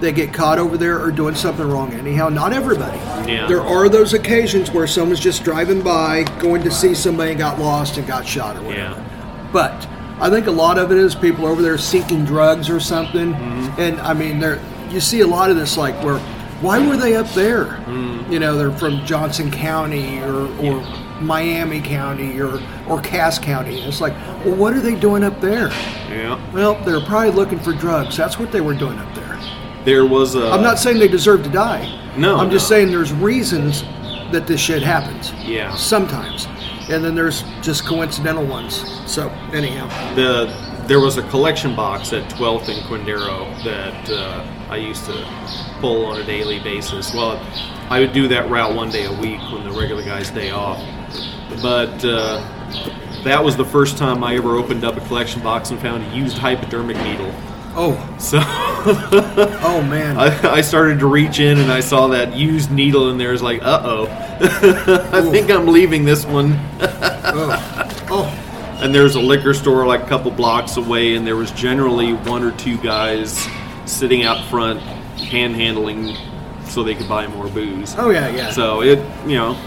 D: that get caught over there are doing something wrong anyhow. Not everybody.
C: Yeah.
D: There are those occasions where someone's just driving by, going to see somebody and got lost and got shot or whatever.
C: Yeah.
D: But I think a lot of it is people over there seeking drugs or something.
C: Mm-hmm.
D: And I mean, there you see a lot of this like where, why were they up there?
C: Mm.
D: You know, they're from Johnson County or, or Miami County or, or Cass County. And it's like, well, what are they doing up there?
C: Yeah.
D: Well, they were probably looking for drugs. That's what they were doing up there.
C: There was a.
D: I'm not saying they deserve to die.
C: No,
D: I'm just
C: no.
D: saying there's reasons that this shit happens.
C: Yeah.
D: Sometimes. And then there's just coincidental ones. So, anyhow.
C: the there was a collection box at 12th and Quindaro that uh, I used to pull on a daily basis. Well, I would do that route one day a week when the regular guys day off. But uh, that was the first time I ever opened up a collection box and found a used hypodermic needle.
D: Oh,
C: So
D: oh man.
C: I, I started to reach in and I saw that used needle in there. It's like, uh oh, I think I'm leaving this one.
D: oh,
C: and there's a liquor store like a couple blocks away and there was generally one or two guys sitting out front handhandling so they could buy more booze
D: oh yeah, yeah.
C: so it you know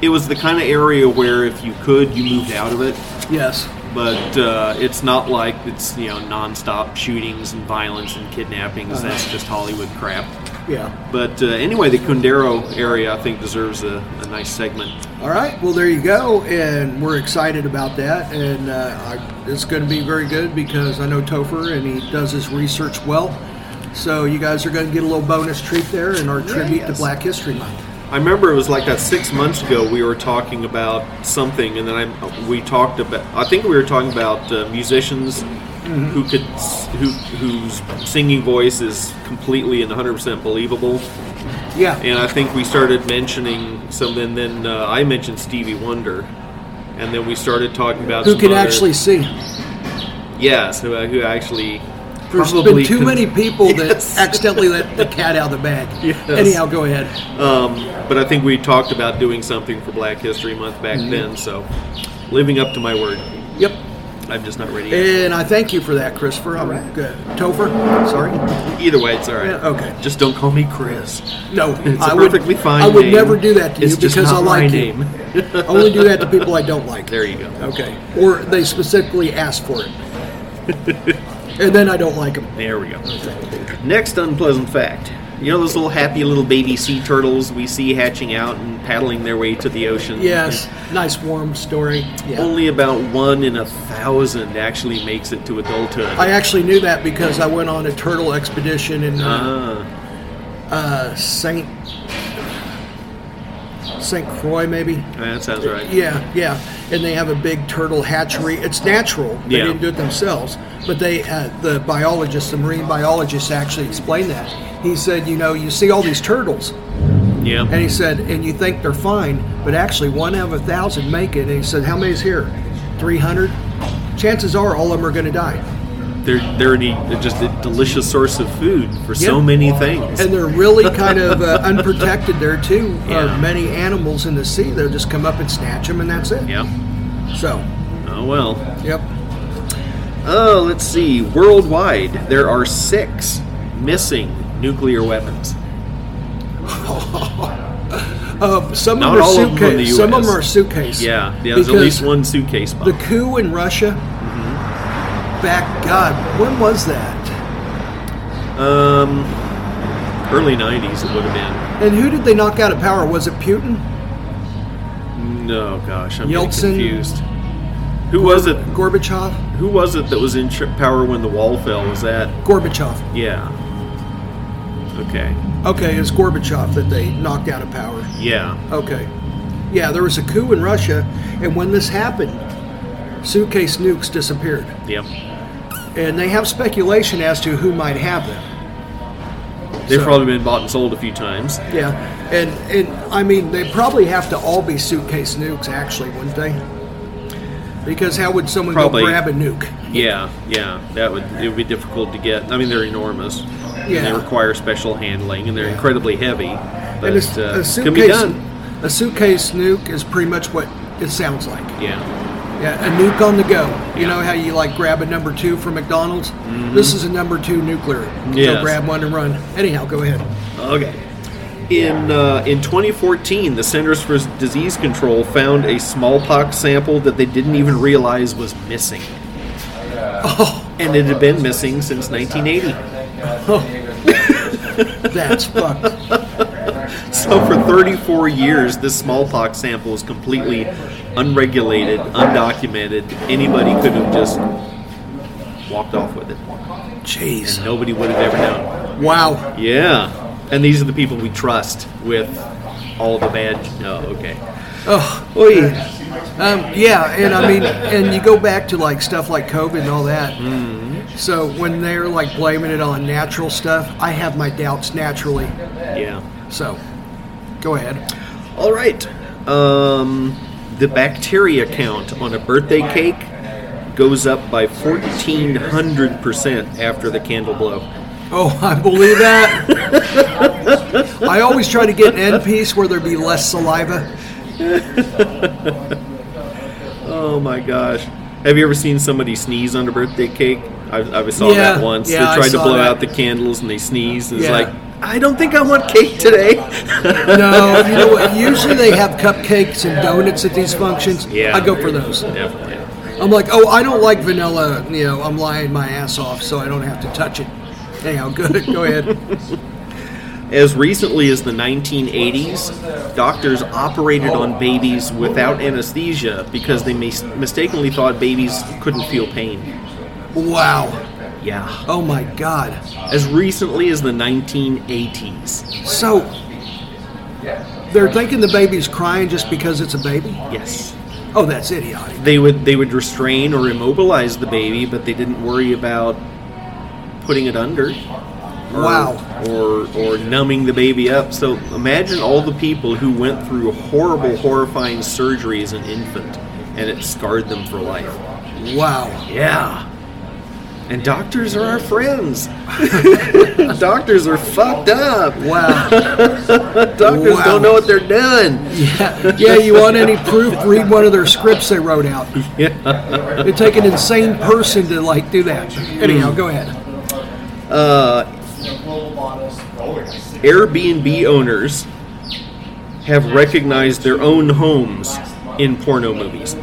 C: it was the kind of area where if you could you moved out of it
D: yes.
C: but uh, it's not like it's you know nonstop shootings and violence and kidnappings
D: Uh-huh.
C: that's just hollywood crap
D: Yeah.
C: but uh, anyway the Condero area i think deserves a, a nice segment
D: All right. Well, there you go. And we're excited about that. And uh, I, it's going to be very good because I know Topher and he does his research well. So, you guys are going to get a little bonus treat there in our tribute to Black History Month.
C: I remember it was like that six months ago. We were talking about something, and then I we talked about. I think we were talking about uh, musicians
D: Mm-hmm.
C: who could s- who whose singing voice is completely and 100 percent believable.
D: Yeah.
C: And I think we started mentioning some, and then uh, I mentioned Stevie Wonder, and then we started talking about
D: Who
C: some
D: can
C: other-
D: actually see?
C: yes, who, uh, who actually
D: There's
C: probably
D: been too
C: con-
D: many people that
C: Yes.
D: accidentally let the cat out of the bag.
C: Yes.
D: Anyhow, go ahead.
C: Um, but I think we talked about doing something for Black History Month back
D: Mm-hmm.
C: then, so living up to my word.
D: Yep.
C: I'm just not ready. Yet.
D: And I thank you for that, Christopher. I'm
C: right.
D: good. Topher, sorry.
C: Either way, it's all right.
D: Yeah, okay.
C: Just don't call me Chris.
D: No,
C: It's
D: I
C: a
D: would-
C: perfectly fine.
D: I would
C: name.
D: never do that to
C: it's
D: you
C: just
D: because
C: not
D: I like
C: my
D: you.
C: name.
D: I only do that to people I don't like.
C: There you go.
D: Okay. Or they specifically ask for it. and then I don't like them.
C: There we go. Next unpleasant fact. You know those little happy little baby sea turtles we see hatching out and paddling their way to the ocean?
D: Yes. Nice warm story. Yeah.
C: Only about one in a thousand actually makes it to adulthood.
D: I actually knew that because I went on a turtle expedition in uh,
C: Ah,
D: uh, Saint Saint Croix, maybe.
C: that sounds right.
D: Yeah, yeah. And they have a big turtle hatchery. It's natural. They
C: Yeah.
D: didn't do it themselves, but they uh, the biologists, the marine biologists, actually explained that. He said, you know, you see all these turtles,
C: Yeah.
D: and he said, and you think they're fine, but actually one out of a thousand make it. And he said, how many's here? Three hundred. Chances are, all of them are going to die,
C: They're, they're, de- they're just a delicious source of food for so
D: Yeah.
C: many things.
D: and they're really kind of uh, unprotected there too.
C: Yeah.
D: Uh, many animals in the sea, they'll just come up and snatch them, and that's it.
C: yeah.
D: So,
C: Oh, well.
D: yep.
C: Oh, let's see. Worldwide, there are six missing nuclear weapons.
D: Uh, some
C: Not
D: of them
C: all
D: are
C: of them
D: suitcase.
C: in the
D: some of
C: US.
D: them are suitcase.
C: Yeah, yeah there's at
D: Because
C: least one suitcase bomb.
D: The coup in Russia. Back God, when was that?
C: um, early 90s, it would have
D: And who did they knock out of power? Was it Putin?
C: been. No, gosh, I'm getting
D: Yeltsin.
C: confused. Who was it?
D: Gorbachev.
C: Who was it that was in tr- power when the wall fell? Was that?
D: Gorbachev.
C: Yeah. Okay.
D: Okay, it's Gorbachev that they knocked out of power.
C: Yeah.
D: Okay. Yeah, there was a coup in Russia, and when this happened, suitcase nukes disappeared,
C: Yep.
D: and they have speculation as to who might have them.
C: They've
D: So-
C: probably been bought and sold a few times.
D: Yeah, and and I mean they probably have to all be suitcase nukes, actually, wouldn't they? Because how would someone
C: Probably.
D: go grab a nuke?
C: Yeah, yeah, that would it would be difficult to get. I mean, they're enormous. and they
D: Yeah.
C: require special handling, and they're incredibly heavy. But
D: and it's-
C: uh, can be done.
D: A suitcase nuke is pretty much what it sounds like.
C: Yeah,
D: Yeah, a nuke on the go. You know how you like grab a number two from McDonald's? This is a number two nuclear.
C: Mm-hmm. Yes.
D: So grab one and run. Anyhow, go ahead.
C: Okay. In uh, in 2014, the Centers for Disease Control found a smallpox sample that they didn't even realize was missing. and it had been missing since 1980.
D: That's fucked.
C: So for 34 years, this smallpox sample was completely unregulated, undocumented. Anybody could have just walked off with it.
D: Jeez.
C: Nobody would have ever known.
D: Wow.
C: Yeah. And these are the people we trust with all the bad. Oh, okay.
D: Oh.
C: Oy.
D: Um, yeah, and I mean, and you go back to like stuff like COVID and all that. So when they're like blaming it on natural stuff, I have my doubts naturally.
C: Yeah.
D: So, go ahead.
C: All right. Um, the bacteria count on a birthday cake goes up by 1400% after the candle blow.
D: Oh, I believe that. I always try to get an end piece where there be less saliva.
C: Oh my gosh. Have you ever seen somebody sneeze on a birthday cake? I, I saw
D: Yeah,
C: that once.
D: yeah, I
C: they tried to
D: saw
C: blow
D: that.
C: out the candles and they sneezed. And
D: Yeah.
C: It's like, I don't think I want cake today.
D: No, you know what? Usually they have cupcakes and donuts at these functions. I go for those.
C: Definitely.
D: I'm like, oh, I don't like vanilla. You know, I'm lying my ass off, so I don't have to touch it. Anyhow, good. Go ahead.
C: As recently as the 1980s, doctors operated on babies without anesthesia because they mis- mistakenly thought babies couldn't feel pain.
D: Wow.
C: Yeah.
D: Oh my God.
C: As recently as the 1980s.
D: So they're thinking the baby's crying just because it's a baby?
C: Yes.
D: Oh, that's idiotic.
C: They would they would restrain or immobilize the baby, but they didn't worry about putting it under. Or,
D: Wow.
C: Or or numbing the baby up. So imagine all the people who went through horrible, horrifying surgery as an infant, and it scarred them for life.
D: Wow.
C: Yeah. And doctors are our friends. doctors are fucked up.
D: Wow.
C: Doctors
D: Wow.
C: don't know what they're doing.
D: Yeah. yeah, you want any proof? Read one of their scripts they wrote out.
C: Yeah. Mm.
D: It'd take an insane person to like do that. Anyhow, go ahead.
C: Airbnb owners have recognized their own homes in porno movies.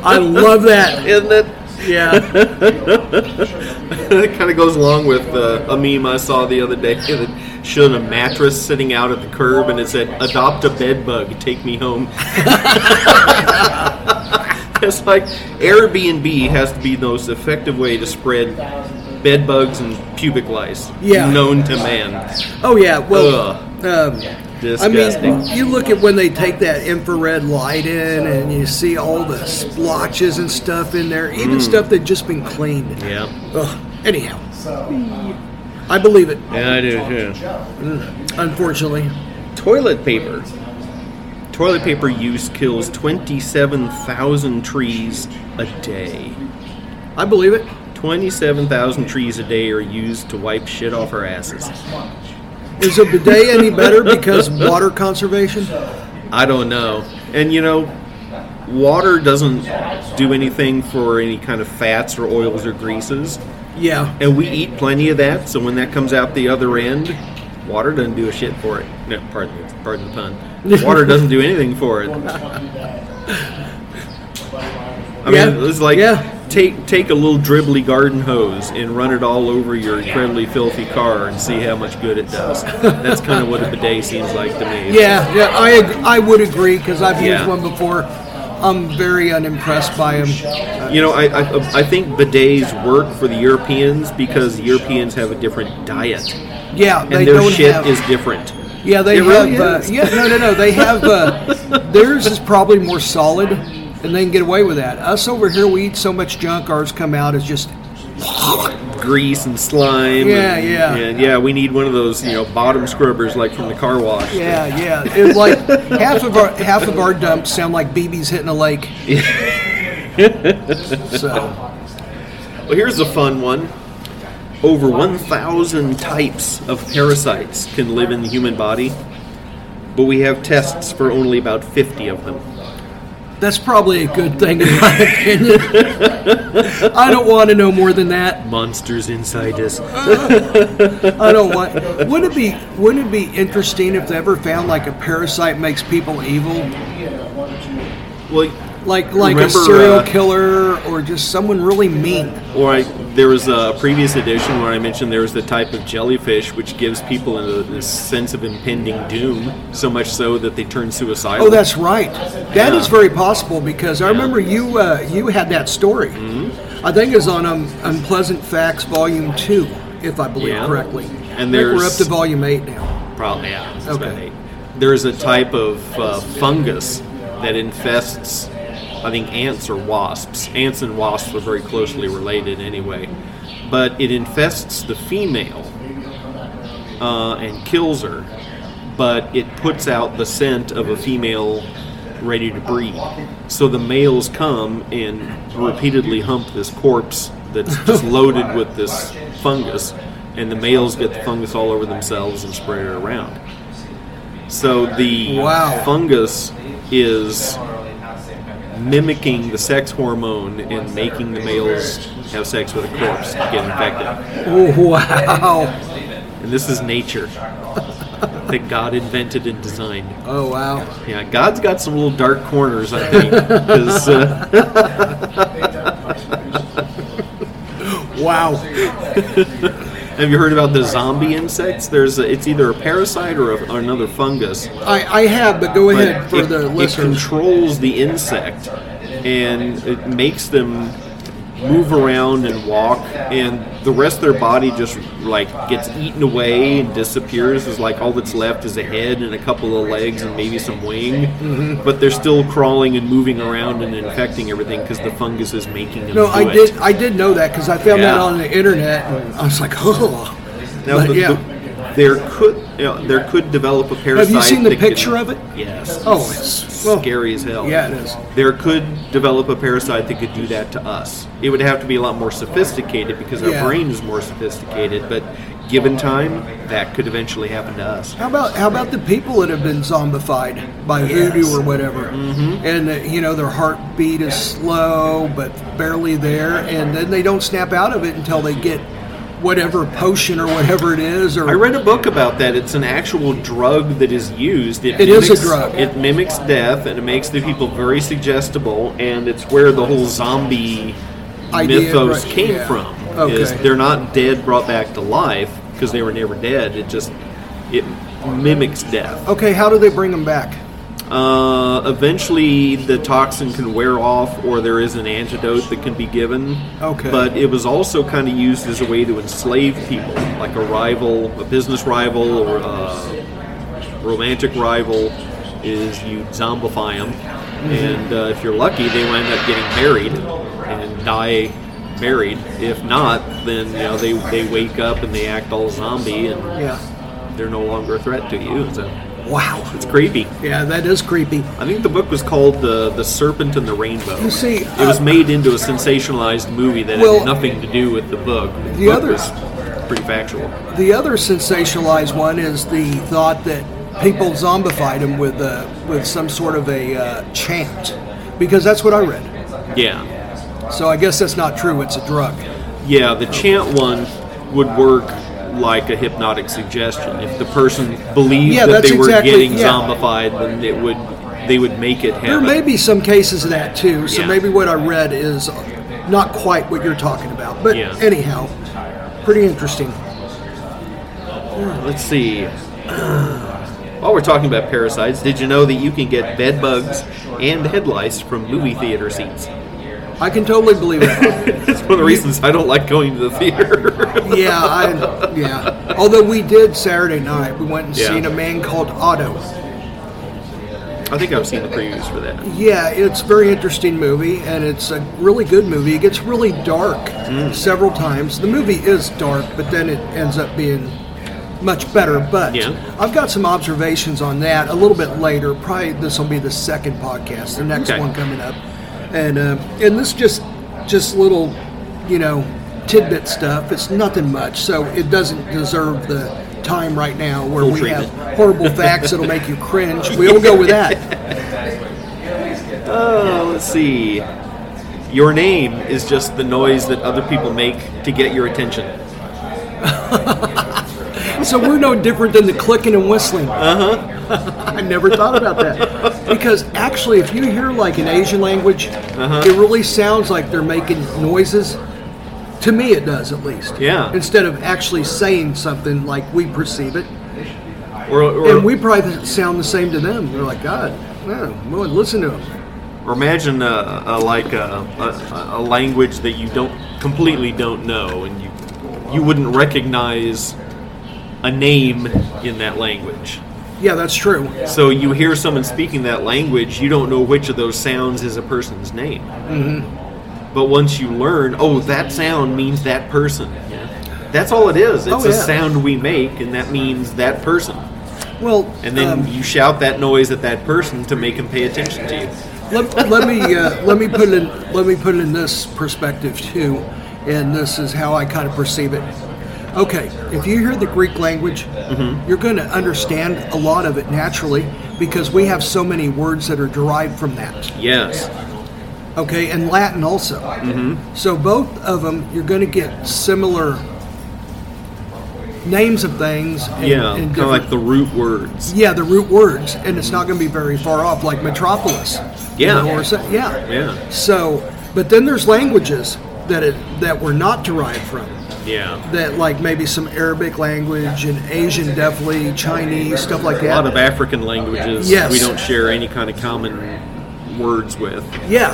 D: I love that.
C: And that,
D: Yeah.
C: that kind of goes along with uh, a meme I saw the other day that showed a mattress sitting out at the curb and it said, Adopt a bed bug, take me home. it's like Airbnb has to be the most effective way to spread bed bugs and pubic lice
D: Yeah.
C: known to man.
D: Oh yeah. Well,
C: Ugh.
D: um, I
C: Disgusting.
D: mean, you look at when they take that infrared light in, and you see all the splotches and stuff in there,
C: Mm.
D: even stuff that just been cleaned.
C: yeah.
D: Ugh. Anyhow, I believe it.
C: Yeah, I do too.
D: Unfortunately,
C: Toilet paper. Toilet paper use kills 27,000 trees a day.
D: I believe it.
C: 27,000 trees a day are used to wipe shit off our asses.
D: Is a bidet any better because water conservation?
C: I don't know. And you know, water doesn't do anything for any kind of fats or oils or greases.
D: Yeah.
C: And we eat plenty of that, so when that comes out the other end, water doesn't do a shit for it. No, pardon, pardon the pun. Water doesn't do anything for it. I mean,
D: Yeah,
C: it's like
D: yeah.
C: take take a little dribbly garden hose and run it all over your incredibly filthy car and see how much good it does. That's kind of what a bidet seems like to me.
D: Yeah, yeah, I ag- I would agree because I've used
C: Yeah.
D: one before. I'm very unimpressed by them.
C: You know, I, I I think bidets work for the Europeans because Europeans have a different diet
D: Yeah,
C: and
D: they
C: their
D: don't
C: shit
D: have.
C: is different.
D: yeah, they
C: it really
D: have.
C: is.
D: uh, yeah, no, no, no. They have. Uh, theirs is probably more solid, and they can get away with that. Us over here, we eat so much junk. Ours come out as just
C: grease and slime.
D: Yeah,
C: and,
D: yeah.
C: and yeah, we need one of those, you know, bottom scrubbers like from the car wash.
D: yeah, yeah. It's like half of our half of our dumps sound like BBs hitting a lake. so
C: Well, here's a fun one. Over 1,000 types of parasites can live in the human body. but we have tests for only about 50 of them.
D: That's probably a good thing, in my opinion. I don't want to know more than that.
C: Monsters inside us.
D: I don't want. Wouldn't it be Wouldn't it be interesting if they ever found like a parasite makes people evil,
C: Well,
D: like like a
C: Remember,
D: serial
C: uh,
D: killer or just someone really mean?
C: or I, there was a previous edition where I mentioned there was the type of jellyfish which gives people a, this sense of impending doom, so much so that they turn suicidal.
D: Oh, that's right. That is
C: Yeah.
D: very possible because I remember you uh, you had that story.
C: Mm-hmm.
D: I think it was on um, Unpleasant Facts Volume Two, if I believe
C: Yeah.
D: correctly.
C: And
D: I think we're
C: there's-
D: up to Volume Eight now.
C: Probably, yeah. It's
D: Okay.
C: about eight. There's a type of uh, fungus that infests, I think, ants or wasps. Ants and wasps are very closely related anyway. But it infests the female uh, and kills her, but it puts out the scent of a female ready to breed. So the males come and repeatedly hump this corpse that's just loaded with this fungus, and the males get the fungus all over themselves and spread it around. So the
D: Wow.
C: fungus is mimicking the sex hormone and making the males have sex with a corpse to get infected.
D: Oh wow!
C: And this is nature that God invented and designed.
D: Oh wow!
C: Yeah, God's got some little dark corners, I think. 'cause, uh,
D: Wow!
C: have you heard about the zombie insects? There's a, it's either a parasite or, a, or another fungus.
D: I, I have, but go
C: But
D: ahead for
C: it,
D: the
C: it
D: listeners.
C: controls the insect and it makes them move around and walk, and the rest of their body just like gets eaten away and disappears. Is like all that's left is a head and a couple of legs and maybe some wing,
D: Mm-hmm.
C: but they're still crawling and moving around and infecting everything because the fungus is making them.
D: No,
C: do
D: I
C: it.
D: did. I did know that because I found that
C: Yeah.
D: on the internet, and I was like, oh.
C: Now,
D: But
C: the,
D: yeah.
C: the- there could you know, there could develop a parasite.
D: Have you seen the
C: that can-
D: picture of it?
C: Yes.
D: Oh, it's well,
C: scary as hell.
D: Yeah, it is.
C: There could develop a parasite that could do that to us. It would have to be a lot more sophisticated because our
D: Yeah.
C: brain is more sophisticated, but given time, that could eventually happen to us.
D: How about how about the people that have been zombified by voodoo or whatever, and uh, you know their heartbeat is slow but barely there, and then they don't snap out of it until they get whatever potion or whatever it is, or
C: I read a book about that. It's an actual drug that is used.
D: It is a drug.
C: It mimics death and it makes the people very suggestible, and it's where the whole zombie
D: Idea,
C: mythos
D: right,
C: came
D: yeah.
C: from.
D: Okay.
C: Is they're not dead brought back to life because they were never dead. It just it mimics death.
D: okay, how do they bring them back?
C: Uh, eventually, the toxin can wear off, or there is an antidote that can be given.
D: Okay.
C: But it was also kind of used as a way to enslave people, like a rival, a business rival, or a romantic rival. Is you zombify them,
D: Mm-hmm.
C: and uh, if you're lucky, they will end up getting married and die married. If not, then you know they they wake up and they act all zombie, and
D: Yeah,
C: they're no longer a threat to you. So
D: wow,
C: it's creepy.
D: yeah, that is creepy.
C: I think the book was called The The Serpent and the Rainbow.
D: You see,
C: it was
D: uh,
C: made into a sensationalized movie that
D: Well,
C: had nothing to do with the book.
D: the
C: book
D: other-
C: was pretty factual.
D: The other sensationalized one is the thought that people zombified him with uh, with some sort of a uh, chant, because that's what I read.
C: Yeah,
D: So I guess that's not true. It's a drug.
C: yeah. The chant one would work like a hypnotic suggestion. If the person believed
D: Yeah,
C: that
D: that's
C: they were
D: exactly-
C: getting
D: yeah.
C: zombified, then it would they would make it
D: There
C: happen.
D: may be some cases of that too. So
C: Yeah.
D: maybe what I read is not quite what you're talking about. But
C: Yeah.
D: anyhow, pretty interesting.
C: Let's see. While we're talking about parasites, did you know that you can get bed bugs and head lice from movie theater seats?
D: I can totally believe that.
C: It's one of the reasons I don't like going to the theater.
D: yeah, I, yeah. Although we did Saturday night, we went and
C: Yeah.
D: seen a man called Otto.
C: I think I've seen the previews for that.
D: Yeah, it's a very interesting movie, and it's a really good movie. It gets really dark
C: Mm.
D: several times. The movie is dark, but then it ends up being much better. But
C: Yeah.
D: I've got some observations on that a little bit later. Probably this will be the second podcast, the next
C: Okay.
D: one coming up, and uh, and this just just little, you know, tidbit stuff. It's nothing much, so it doesn't deserve the time right now where
C: Full
D: we
C: treatment.
D: have horrible facts that'll make you cringe. We will go with that.
C: Oh, let's see. Your name is just the noise that other people make to get your attention.
D: So we're no different than the clicking and whistling. Uh
C: Uh-huh.
D: huh. I never thought about that because actually, if you hear like an Asian language,
C: Uh-huh.
D: it really sounds like they're making noises. To me, it does at least.
C: Yeah.
D: Instead of actually saying something like we perceive it.
C: Or, or,
D: And we probably sound the same to them. They're like, God, no, boy, listen to them.
C: or imagine uh, uh, like a, a, a language that you don't completely don't know, and you you wouldn't recognize a name in that language.
D: Yeah, that's true.
C: So you hear someone speaking that language, you don't know which of those sounds is a person's name. Mm-hmm. But once you learn, oh, that sound means that person. That's all it is. It's
D: Oh,
C: a
D: yeah.
C: sound we make, and that means that person.
D: Well,
C: And then
D: um,
C: you shout that noise at that person to make him pay attention to you.
D: let, let me uh, let me put it in let me put it in this perspective too, and this is how I kind of perceive it. Okay, if you hear the Greek language,
C: Mm-hmm.
D: you're going to understand a lot of it naturally because we have so many words that are derived from that.
C: Yes.
D: Okay, and Latin also.
C: Mm-hmm.
D: So both of them, you're going to get similar names of things. And,
C: Yeah.
D: and
C: Kind of
D: different-
C: like the root words.
D: Yeah, the root words, and it's not going to be very far off, like metropolis.
C: Yeah.
D: Or so- yeah.
C: Yeah.
D: So, but then there's languages that it, that were not derived from.
C: Yeah.
D: That like maybe some Arabic language and Asian definitely Chinese stuff like
C: A
D: that.
C: lot of African languages
D: Yes.
C: we don't share any kind of common words with.
D: Yeah.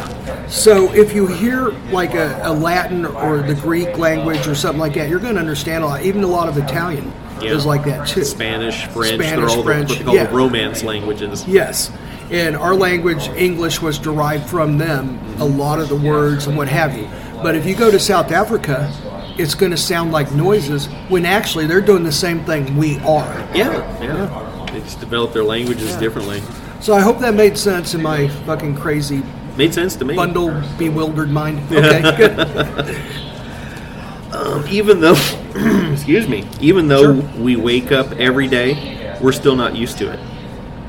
D: So if you hear like a, a Latin or the Greek language or something like that, you're going to understand a lot. Even a lot of Italian
C: Yeah.
D: is like that too.
C: Spanish, French, they're
D: Spanish,
C: all
D: French,
C: the, called
D: yeah.
C: Romance languages.
D: Yes. And our language, English, was derived from them, a lot of the words and what have you. But if you go to South Africa, it's going to sound like noises when actually they're doing the same thing we are.
C: Yeah, yeah. They just develop their languages differently.
D: So I hope that made sense in my fucking crazy,
C: Made sense to me.
D: bundle, bewildered mind. Okay, good.
C: Even though, excuse me, even though
D: Sure.
C: we wake up every day, we're still not used to it.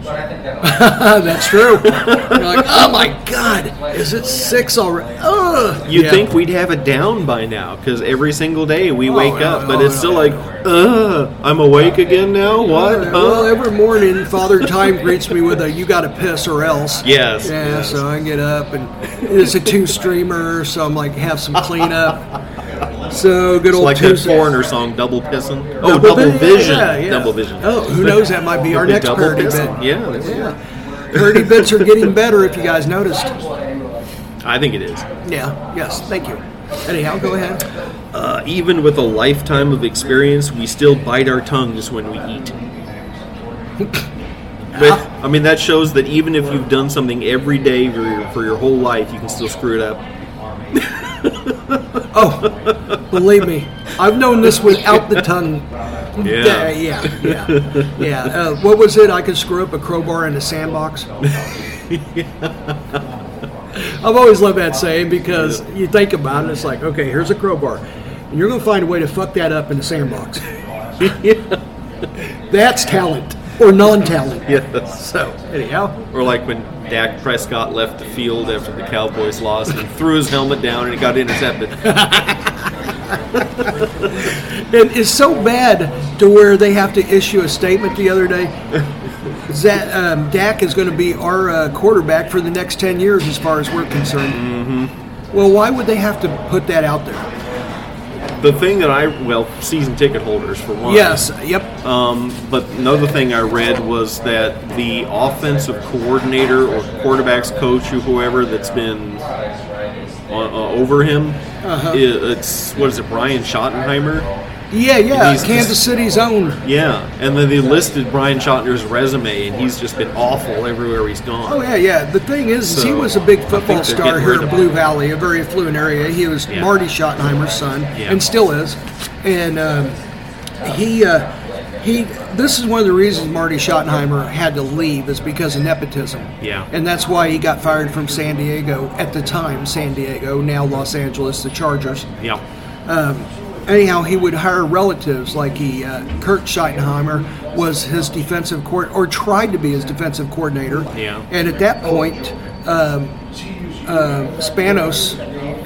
D: Uh, That's true. You're like, oh my God, is it six already? Ugh.
C: You'd
D: Yeah.
C: think we'd have it down by now because every single day we wake
D: Oh, no,
C: up,
D: no,
C: but it's
D: no,
C: still
D: no,
C: like, uh, I'm awake again now? What?
D: Well,
C: Huh?"
D: every morning, Father Time greets me with a "You got to piss or else."
C: Yes,
D: Yeah.
C: yes.
D: So I get up and it's a two streamer, so I'm like have some cleanup. So good
C: It's
D: old
C: like
D: two
C: that foreigner song, Double Pissin'. Oh,
D: Double
C: Double,
D: Vi-
C: Vision.
D: yeah, yeah.
C: Double Vision.
D: Oh, who knows? That might be our
C: The
D: next
C: double
D: parody
C: pissin'.
D: bit.
C: Yeah, there we go.
D: Yeah. Parody bits are getting better if you guys noticed.
C: I think it is.
D: Yeah. Yes. Thank you. Anyhow, go ahead.
C: Uh, even with a lifetime of experience, we still bite our tongues when we eat. But, I mean, that shows that even if you've done something every day for your, for your whole life, you can still screw it up.
D: Oh, believe me, I've known this without the tongue.
C: Yeah.
D: yeah, yeah, yeah. Uh, what was it? I could screw up a crowbar in a sandbox. I've always loved that saying because you think about it, it's like, okay, here's a crowbar, and you're going to find a way to fuck that up in the sandbox. That's talent or non-talent.
C: Yes.
D: So anyhow,
C: Or like when Dak Prescott left the field after the Cowboys lost and threw his helmet down and it got intercepted.
D: and it's so bad to where they have to issue a statement the other day. That um, Dak is going to be our uh, quarterback for the next ten years, as far as we're concerned. Well, why would they have to put that out there?
C: the thing that I, well, season ticket holders for one.
D: Yes, yep,
C: Um, but another thing I read was that the offensive coordinator or quarterbacks coach or whoever that's been on, uh, over him,
D: Uh-huh.
C: i it's what is it, Brian Schottenheimer?
D: yeah, yeah.
C: He's-
D: Kansas City's own.
C: Yeah, and then they listed Brian Schottenheimer's resume, and he's just been awful everywhere he's gone.
D: Oh yeah, yeah. The thing is, is he
C: So,
D: was a big
C: I think
D: football
C: they're
D: star
C: getting
D: here
C: rid
D: in
C: of
D: Blue
C: him.
D: Valley, a very affluent area. He was
C: Yeah.
D: Marty Schottenheimer's son,
C: Yeah.
D: and still is. And um, he, uh, he. This is one of the reasons Marty Schottenheimer had to leave is because of nepotism.
C: Yeah.
D: And that's why he got fired from San Diego at the time, San Diego, now Los Angeles, the Chargers
C: Yeah,
D: Anyhow, he would hire relatives like he, uh, Kurt Scheidenheimer was his defensive court or tried to be his defensive coordinator.
C: Yeah.
D: And at that point, um, uh, Spanos,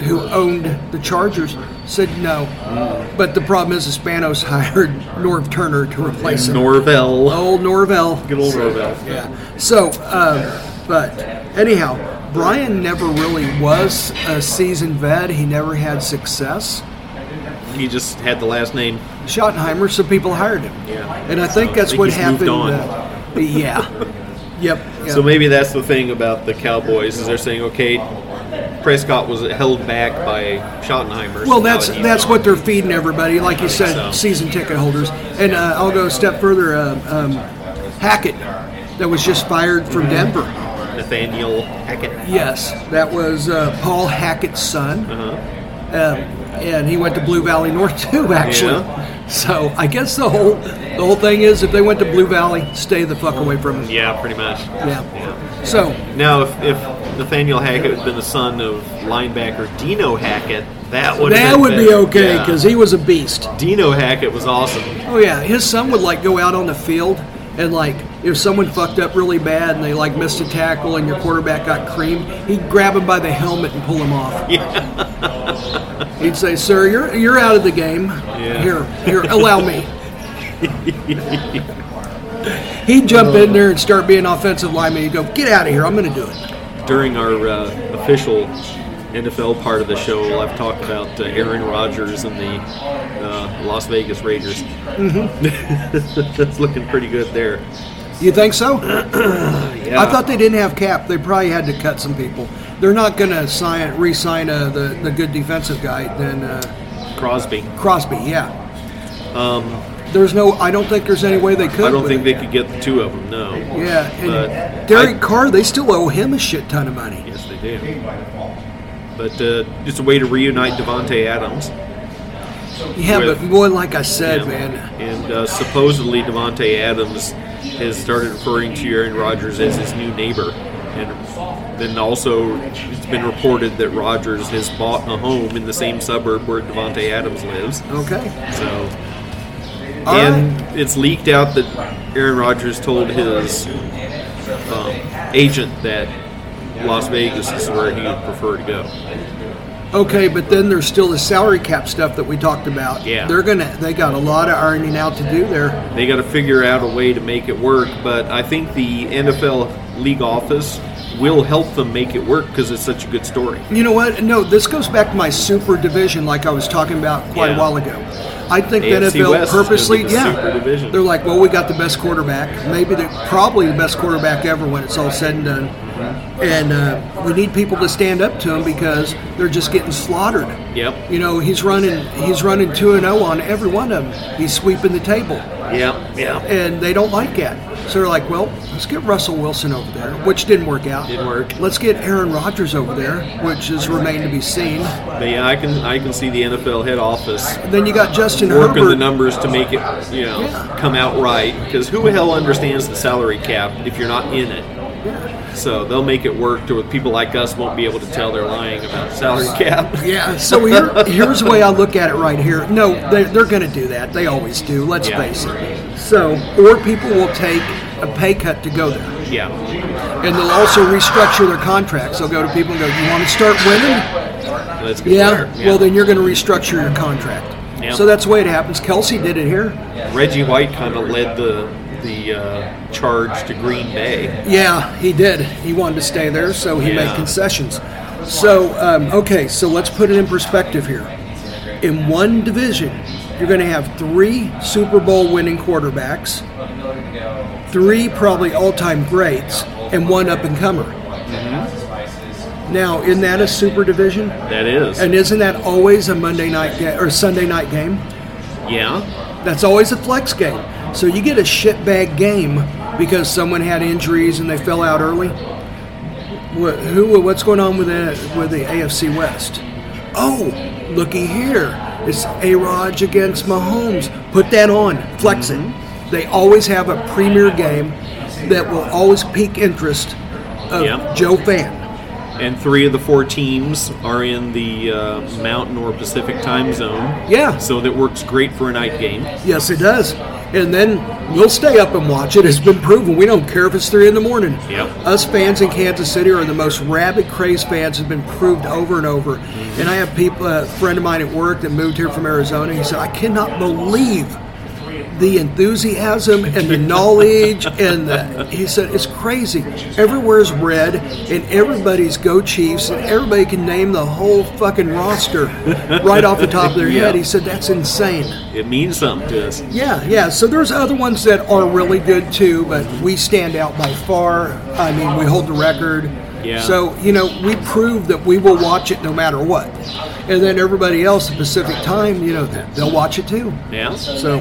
D: who owned the Chargers, said no. But the problem is, that Spanos hired Norv Turner to replace him.
C: Norvell.
D: old Norvell.
C: Good old Norvell.
D: Yeah. So, uh, but anyhow, Brian never really was a seasoned vet. He never had success.
C: He just had the last name.
D: Schottenheimer, some people hired him.
C: Yeah.
D: And I think that's
C: I think
D: what
C: he's moved
D: happened.
C: on.
D: uh, yeah. yep. yep.
C: So maybe that's the thing about the Cowboys is they're saying, okay, Prescott was held back by Schottenheimer. so
D: Well,
C: now
D: that's
C: he's
D: that's
C: gone.
D: what they're feeding everybody, like you said,
C: so.
D: season ticket holders. And uh, I'll go a step further. Um, um, Hackett, that was just fired from
C: Mm-hmm.
D: Denver.
C: Nathaniel Hackett.
D: Yes, that was uh, Paul Hackett's son,
C: Uh-huh.
D: uh and he went to Blue Valley North too, actually. So I guess the whole the whole thing is, if they went to Blue Valley, stay the fuck away from him.
C: Yeah, pretty much.
D: Yeah. So
C: Now, if, if Nathaniel Hackett had been the son of linebacker Dino Hackett, that would
D: that would be okay because he was a beast.
C: Dino Hackett was awesome.
D: Oh yeah, his son would like go out on the field and like if someone fucked up really bad and they like missed a tackle and your quarterback got creamed, he'd grab him by the helmet and pull him off. he'd say, "Sir, you're you're out of the game. Here, here, allow me." he'd jump in there and start being offensive lineman. He'd go, "Get out of here! I'm going to do it."
C: During our uh, official NFL part of the show, I've talked about uh, Aaron Rodgers and the uh, Las Vegas Raiders.
D: Mm-hmm.
C: That's looking pretty good there.
D: You think so?
C: Yeah.
D: I thought they didn't have cap. They probably had to cut some people. They're not going to sign, re-sign uh, the the good defensive guy. Then uh,
C: Crosby.
D: Crosby, yeah. Um, there's no. I don't think there's any way they could.
C: I don't
D: with
C: think
D: it.
C: they could get the two of them. No.
D: Yeah,
C: But
D: and Derek
C: I-
D: Carr, they still owe him a shit ton of money.
C: Yes, they do. But uh, it's a way to reunite Devonte Adams.
D: Yeah,
C: With-
D: but boy, like I said,
C: Yeah.
D: man,
C: And uh, supposedly Devonte Adams has started referring to Aaron Rodgers as his new neighbor, and then also it's been reported that Rodgers has bought a home in the same suburb where Devonte Adams lives.
D: okay,
C: So,
D: All
C: and it's leaked out that Aaron Rodgers told his um, agent that Las Vegas is where he would prefer to go.
D: okay, but then there's still the salary cap stuff that we talked about.
C: Yeah.
D: they're gonna, they got a lot of ironing out to do there.
C: They got to figure out a way to make it work, but I think the NFL league office will help them make it work because it's such a good story.
D: You know what? No, this goes back to my super division, like I was talking about quite
C: Yeah.
D: a while ago. I think the
C: AFC
D: NFL
C: West is gonna
D: purposely,
C: be the
D: yeah,
C: super division.
D: they're like, well, we got the best quarterback, maybe the, probably the best quarterback ever when it's all said and done, and uh, we need people to stand up to him because they're just getting slaughtered.
C: Yep.
D: You know, he's running, he's running two and zero on every one of them. He's sweeping the table
C: Yeah, yeah.
D: and they don't like that. So they're like, well, let's get Russell Wilson over there, which didn't work out.
C: Didn't work.
D: Let's get Aaron Rodgers over there, which has remained to be seen.
C: But yeah, I can I can see the NFL head office
D: Then you got Justin
C: working the
D: Herbert.
C: numbers to make it you know
D: Yeah.
C: come out right because who the hell understands the salary cap if you're not in it? So they'll make it work to where people like us won't be able to tell they're lying about the salary cap.
D: yeah. So here, here's the way I look at it right here. No, they're, they're going to do that. They always do. Let's
C: Yeah.
D: face it. So, or people will take a pay cut to go there.
C: Yeah,
D: And they'll also restructure their contracts. They'll go to people and go, you want to start winning?
C: that's good.
D: Yeah.
C: there.
D: Well, then you're going to restructure your contract.
C: Yeah.
D: So that's the way it happens. Kelsey did it here.
C: Reggie White kind of led the the uh, charge to Green Bay.
D: Yeah, he did. He wanted to stay there, so he
C: Yeah.
D: made concessions. So, um, okay, so let's put it in perspective here. In one division, you're going to have three Super Bowl winning quarterbacks, three probably all time greats, and one up and comer. Now, isn't that a super division?
C: That is,
D: And isn't that always a Monday night game or Sunday night game?
C: yeah,
D: That's always a flex game. So you get a shitbag game because someone had injuries and they fell out early. What, who? What's going on with the with the AFC West? Oh, looky here! It's A. Rod against Mahomes. Put that on, flex it. They always have a premier game that will always pique interest of
C: Yeah.
D: Joe Fan.
C: and three of the four teams are in the uh, Mountain or Pacific time zone.
D: Yeah.
C: So that works great for a night game.
D: Yes, it does. And then we'll stay up and watch it. It's been proven. We don't care if it's three in the morning.
C: Yep.
D: Us fans in Kansas City are the most rabid Craze fans. Has been proved over and over.
C: Mm-hmm.
D: And I have people, a friend of mine at work that moved here from Arizona. He said, "I cannot believe the enthusiasm and the knowledge and the, he said it's crazy everywhere's red and everybody's go chiefs and everybody can name the whole fucking roster right off the top of their
C: Yeah.
D: head he said that's insane
C: It means something to us.
D: yeah, yeah. So there's other ones that are really good too, but we stand out by far. I mean, we hold the record.
C: Yeah.
D: So you know, we prove that we will watch it no matter what, and then everybody else at Pacific Time, you know, they'll watch it too.
C: Yeah.
D: So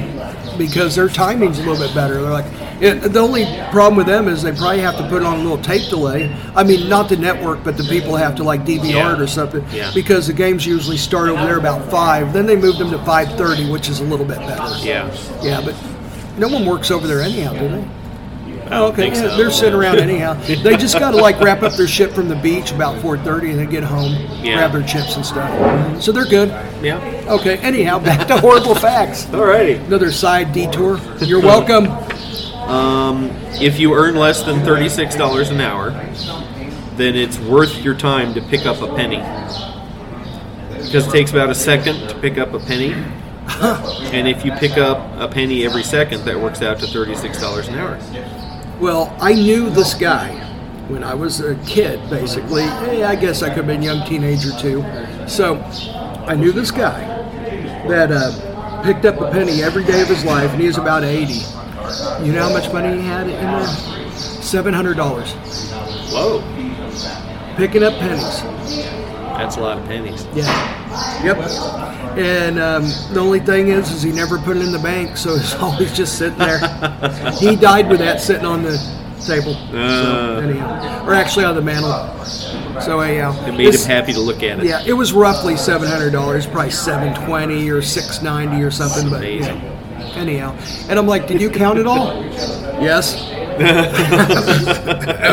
D: because their timing's a little bit better, they're like. It, the only problem with them is they probably have to put on a little tape delay. I mean, not the network, but the people have to like DVR it
C: Yeah.
D: or something
C: Yeah.
D: because the games usually start over there about five. Then they move them to five thirty, which is a little bit better.
C: Yeah.
D: Yeah, but no one works over there anyhow, do they?
C: I don't think
D: yeah,
C: so.
D: they're sitting around anyhow. They just got to like wrap up their shit from the beach about 4:30 and then get home,
C: Yeah.
D: grab their chips and stuff. So they're good.
C: Yeah.
D: Okay. Anyhow, back to horrible facts.
C: Alrighty.
D: Another side detour. You're welcome.
C: If you earn less than thirty-six dollars an hour, then it's worth your time to pick up a penny. Because it takes about a second to pick up a penny. And if you pick up a penny every second, that works out to thirty-six dollars an hour.
D: Well, I knew this guy when I was a kid, basically. Hey, I guess I could have been a young teenager too. So I knew this guy that uh, picked up a penny every day of his life, and he was about 80. You know how much money he had in there? $700.
C: Whoa,
D: Picking up pennies.
C: that's a lot of pennies.
D: Yeah. Yep. And um, the only thing is, is he never put it in the bank, so it's always just sitting there. he died with that sitting on the table, so,
C: Uh.
D: anyhow, or actually on the mantle. So anyhow,
C: It made
D: this-
C: him happy to look at it.
D: Yeah, it was roughly seven hundred dollars, probably seven twenty or six ninety or something. But yeah.
C: Amazing.
D: anyhow, and I'm like, did you count it all? yes.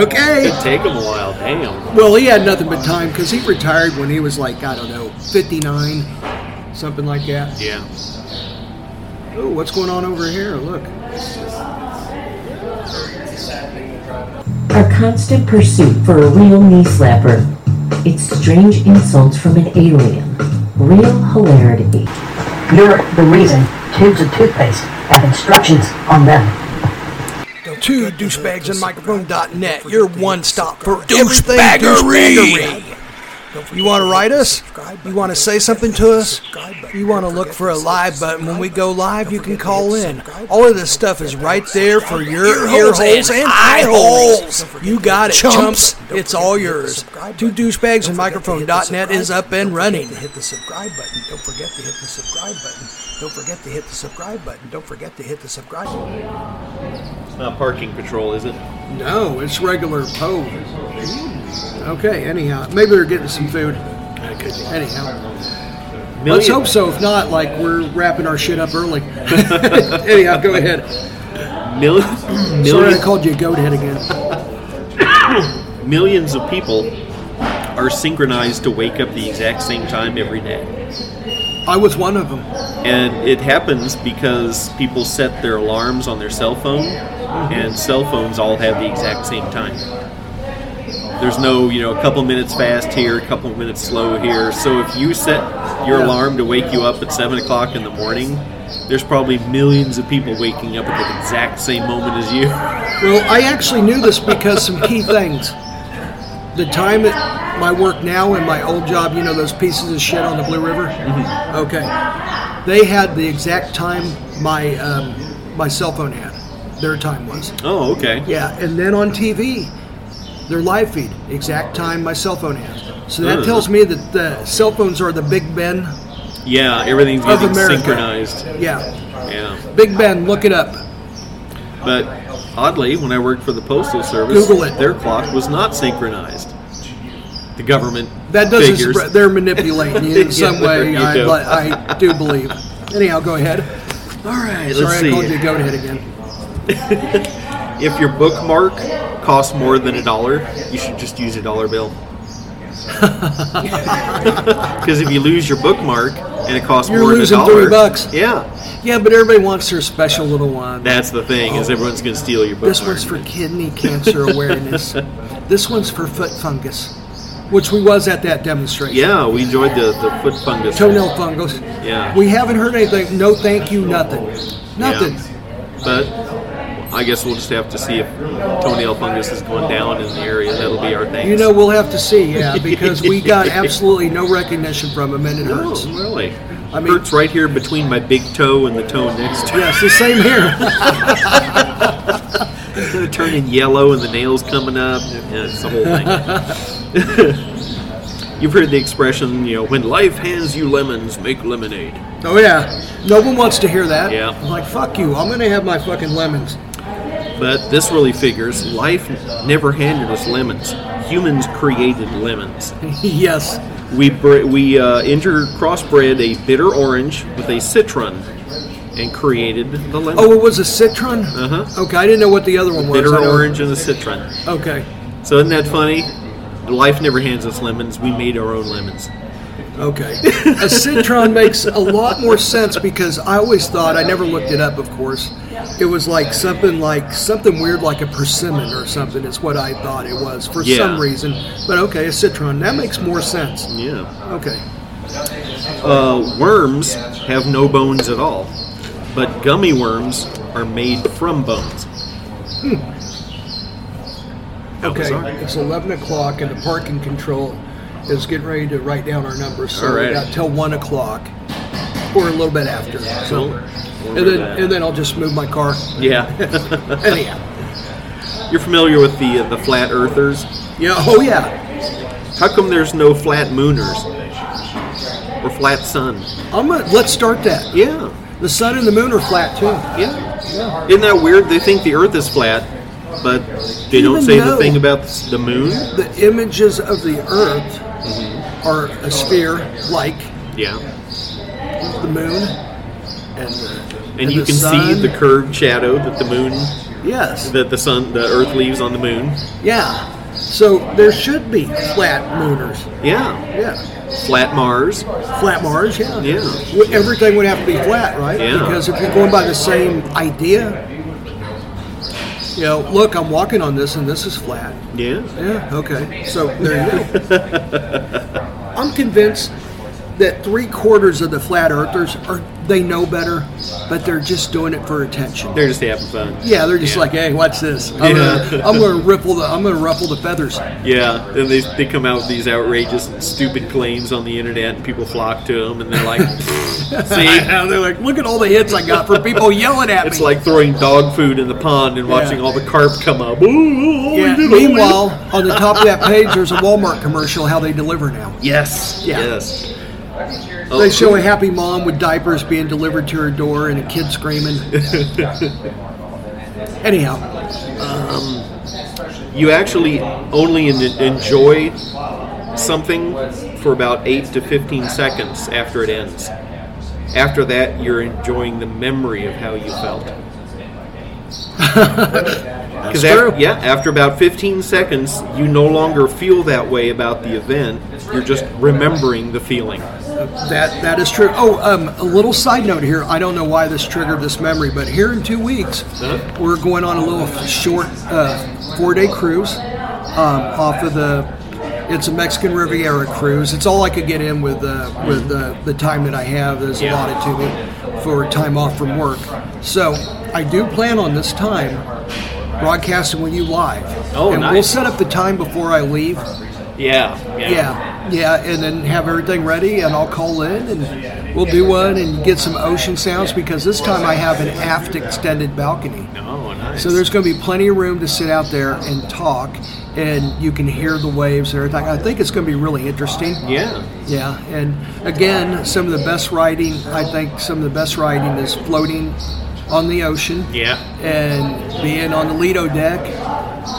D: okay.
C: It'd take him a while. Damn.
D: Well, he had nothing but time because he retired when he was like, I don't know, 59, something like that.
C: Yeah.
D: Oh, what's going on over here? Look.
F: Our constant pursuit for a real knee slapper. It's strange insults from an alien. Real hilarity.
G: You're the reason tubes of toothpaste have instructions on them.
D: To douchebagsinmicrophone.net, your one stop for everything
E: Douchebaggery.
D: douchebaggery. You want to write us? You want to say something to us? You want to look for a live button when we go live? You can call in. All of this stuff is right there for your ear holes and eye holes. You got it, chumps. It's all yours. Two douchebagsandmicrophone.net is up and running.
A: Hit the subscribe button. Don't forget to hit the subscribe button. Don't forget to hit the subscribe button. Don't forget to hit the subscribe.
C: It's not parking patrol, is it?
D: No, it's regular Poe. Okay, anyhow, maybe they're getting some food. Anyhow, let's
C: Million-
D: hope so. If not, like we're wrapping our shit up early. anyhow, go ahead.
C: Mil-
D: Sorry, I
C: million-
D: called you a goat head again.
C: millions of people are synchronized to wake up the exact same time every day.
D: I was one of them.
C: And it happens because people set their alarms on their cell phone, and cell phones all have the exact same time. There's no, you know, a couple minutes fast here, a couple minutes slow here. So if you set your alarm to wake you up at 7 o'clock in the morning, there's probably millions of people waking up at the exact same moment as you.
D: Well, I actually knew this because some key things. The time at my work now and my old job, you know, those pieces of shit on the Blue River. Okay, they had the exact time my um, my cell phone had. Their time was.
C: Oh, okay.
D: Yeah, and then on TV, their live feed, exact time my cell phone has. So that
C: Mm.
D: tells me that the cell phones are the Big Ben.
C: Yeah, everything's
D: Of
C: getting
D: America.
C: synchronized.
D: Yeah,
C: Yeah.
D: Big Ben, look it up.
C: But oddly, when I worked for the postal service,
D: Google it.
C: their clock was not synchronized. The government
D: That doesn't.
C: figures.
D: surpri- they're manipulating you in
C: Yeah,
D: some way.
C: you
D: I,
C: do.
D: li- I do believe. Anyhow, go ahead.
C: All right, let's
D: Sorry, I called you
C: see.
D: goat head again.
C: If your bookmark costs more than a dollar, you should just use a dollar bill. Because if you lose your bookmark and it costs
D: You're
C: more than a
D: losing
C: dollar,
D: three bucks.
C: Yeah,
D: Yeah, but everybody wants their special little one.
C: that's the thing is everyone's going to steal your bookmark.
D: This one's for kidney cancer awareness. this one's for foot fungus, which we was at that demonstration.
C: yeah, we enjoyed the, the foot fungus.
D: Toenail fungus.
C: Yeah.
D: We haven't heard anything. No, thank you, nothing. Nothing.
C: But I guess we'll just have to see if toenail fungus is going down in the area. That'll be our thing.
D: You know, we'll have to see, yeah, because we got absolutely no recognition from him, and it
C: no,
D: hurts.
C: Oh, really.
D: I mean-
C: hurts right here between my big toe and the toe next to it.
D: Yeah, it's the same here.
C: They're turning yellow and the nails coming up. Yeah, it's the whole thing. You've heard the expression, you know, when life hands you lemons, make lemonade.
D: Oh yeah, no one wants to hear that.
C: Yeah.
D: I'm like fuck you. I'm gonna have my fucking lemons.
C: But this really figures life never handed us lemons. Humans created lemons.
D: yes.
C: We bre- we uh, inter crossbred a bitter orange with a citron and created the lemon.
D: Oh, it was a citron.
C: Uh-huh.
D: Okay, I didn't know what the other one was.
C: bitter
D: I don't-
C: orange and a citron.
D: Okay.
C: So isn't that funny? Life never hands us lemons. We made our own lemons.
D: Okay. a citron makes a lot more sense because I always thought I never looked it up. Of course, it was like something like something weird like a persimmon or something. Is what I thought it was for
C: Yeah.
D: some reason. But okay, a citron that makes more sense.
C: Yeah.
D: Okay.
C: Uh, worms have no bones at all, but gummy worms are made from bones. How
D: Hmm. Okay,
C: bizarre.
D: it's 11 o'clock and the parking control is getting ready to write down our numbers. So we
C: Alright.
D: got till 1 o'clock or a little bit after. So,
C: Cool.
D: and, then, and then I'll just move my car.
C: yeah,
D: Anyhow.
C: you're familiar with the uh, the flat earthers.
D: Yeah, oh yeah.
C: How come there's no flat mooners or flat sun?
D: I'm gonna, let's start that.
C: Yeah,
D: The sun and the moon are flat too.
C: yeah. Isn't that weird? They think the Earth is flat, but they don't
D: Even
C: say
D: though-
C: the thing about s- the moon.
D: The images of the earth are a sphere like
C: Yeah,
D: the moon and the,
C: and, you
D: the
C: can
D: sun.
C: see the curved shadow that the moon,
D: Yes.
C: that the sun, the Earth leaves on the moon.
D: yeah. So there should be flat mooners.
C: Yeah.
D: Yeah.
C: Flat Mars.
D: Flat Mars, yeah.
C: Yeah.
D: Well, Everything would have to be flat, right?
C: Yeah.
D: Because if you're going by the same idea, you know, look, I'm walking on this and this is flat.
C: Yeah.
D: Yeah, okay. So there you go. I'm convinced that three quarters of the flat earthers are they know better, but they're just doing it for attention.
C: They're just having fun.
D: yeah, they're just like, hey, watch this. I'm
C: Yeah.
D: gonna, I'm gonna ruffle the, I'm gonna ruffle the feathers.
C: Yeah. And they, they come out with these outrageous and stupid claims on the internet, and people flock to them, and they're like, see?
D: And they're like, look at all the hits I got for people yelling at
C: It's
D: me.
C: like throwing dog food in the pond and watching
D: Yeah.
C: all the carp come up. Ooh, ooh, ooh,
D: Yeah,
C: we did it, we
D: Meanwhile, on the top of that page, there's a Walmart commercial how they deliver now.
C: did it. yes,
D: Yeah.
C: yes. Oh,
D: They show a happy mom with diapers being delivered to her door and a kid screaming. Anyhow,
C: you actually only en- enjoy something for about 8 to 15 seconds after it ends. After that, you're enjoying the memory of how you felt. Because
D: true.
C: yeah, after about 15 seconds, you no longer feel that way about the event. You're just remembering the feeling.
D: that that is true. Oh, um, a little side note here. I don't know why this triggered this memory, but here in two weeks, we're going on a little short uh, four-day cruise um, off of the. It's a Mexican Riviera cruise. It's all I could get in with uh, with uh, the time that I have that's
C: Yeah.
D: allotted to me for time off from work. So I do plan on this time broadcasting with you live.
C: Oh,
D: and we'll
C: nice.
D: set up the time before I leave.
C: Yeah,
D: Yeah, yeah, and then have everything ready, and I'll call in, and we'll do one and get some ocean sounds because this time I have an aft extended balcony.
C: Oh, nice.
D: So there's going to be plenty of room to sit out there and talk, and you can hear the waves and everything. I think it's going to be really interesting.
C: yeah.
D: Yeah, and again, some of the best riding, I think some of the best riding is floating on the ocean
C: Yeah.
D: and being on the Lido deck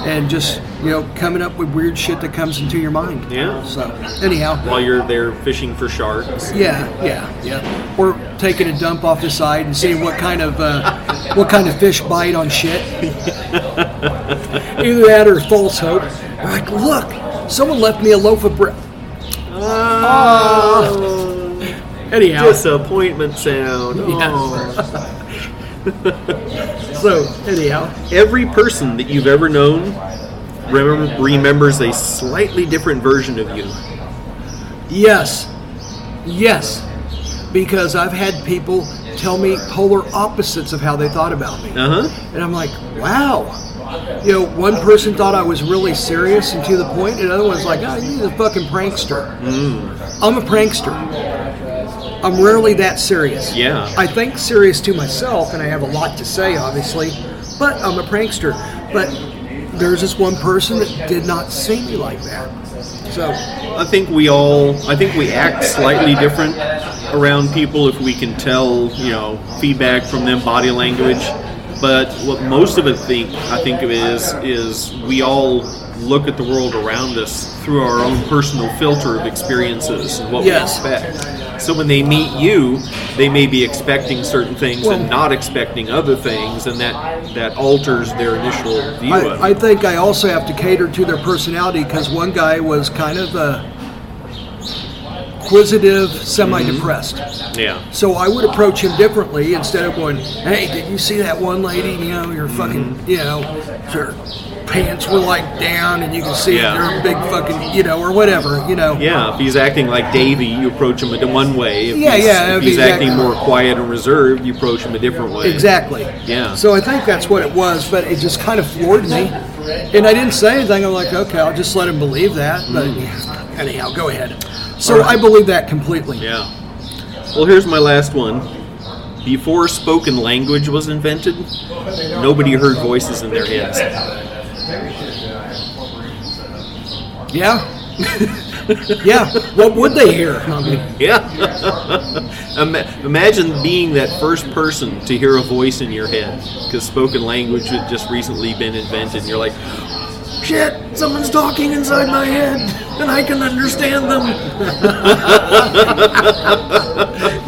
D: and just, you know, coming up with weird shit that comes into your mind.
C: Yeah.
D: So, anyhow,
C: While you're there fishing for sharks.
D: yeah, yeah, yeah. Or taking a dump off the side and seeing what kind of uh, what kind of fish bite on shit. Either that or false hope. Like, look, someone left me a loaf of bread.
H: Anyhow,
C: Disappointment sound. Oh.
H: so anyhow,
C: Every person that you've ever known remem- remembers a slightly different version of you.
D: Yes. Yes. Because I've had people tell me polar opposites of how they thought about me.
C: Uh huh.
D: And I'm like, wow. You know, one person thought I was really serious and to the point, and the other one's like, oh, you're a fucking prankster. I'm a prankster. I'm rarely that serious.
C: Yeah.
D: I think serious to myself, and I have a lot to say, obviously, but I'm a prankster. But there's this one person that did not see me like that. So,
C: I think we all, I think we act slightly different around people if we can tell, you know, feedback from them, body language. But what most of it think, I think of is, is we all look at the world around us through our own personal filter of experiences and what
D: Yes.
C: we expect. So when they meet you, they may be expecting certain things
D: Well-
C: and not expecting other things, and that that alters their initial view of it.
D: I, I think I also have to cater to their personality because one guy was kind of uh, quizzitive, semi depressed.
C: yeah.
D: So I would approach him differently instead of going, "Hey, did you see that one lady? You know, your fucking,
C: Mm-hmm.
D: you know, her pants were like down, and you can see
C: Yeah.
D: her big fucking, you know, or whatever, you know."
C: Yeah, if he's acting like Davy, you approach him in one way. If
D: Yeah,
C: he's,
D: yeah,
C: If he's
D: exactly.
C: acting more quiet and reserved, you approach him a different way.
D: Exactly.
C: Yeah.
D: So I think that's what it was, but it just kind of floored me, and I didn't say anything. I'm like, okay, I'll just let him believe that. But
C: Mm-hmm.
D: anyhow, go ahead. So I believe that completely.
C: Yeah. Well, here's my last one. Before spoken language was invented, nobody heard voices in their heads.
D: Yeah. yeah. What would they hear? I mean,
C: Yeah. Ima- Imagine being that first person to hear a voice in your head because spoken language had just recently been invented, and you're like, shit, someone's talking inside my head, and I can understand them.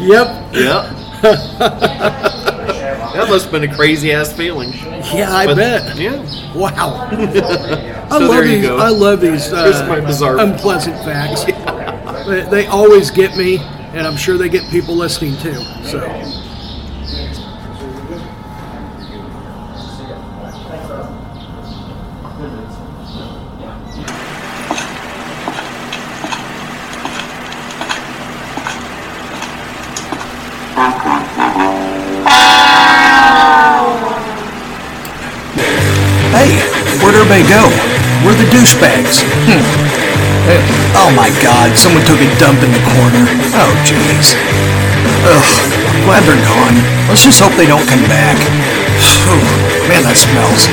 D: yep.
C: Yeah. that must have been a crazy ass feeling.
D: Yeah, I
C: But-
D: bet.
C: Yeah.
D: Wow. I
C: So
D: love
C: there you
D: these.
C: go.
D: I love these
C: Here's my bizarre-
D: uh, unpleasant facts. They, they always get me, and I'm sure they get people listening too. So
E: Hey, where'd everybody go? We're the douchebags. Hmm. Hey, Oh my god, someone took a dump in the corner. Oh jeez. Ugh, glad they're gone. Let's just hope they don't come back. Whew, man, that smells.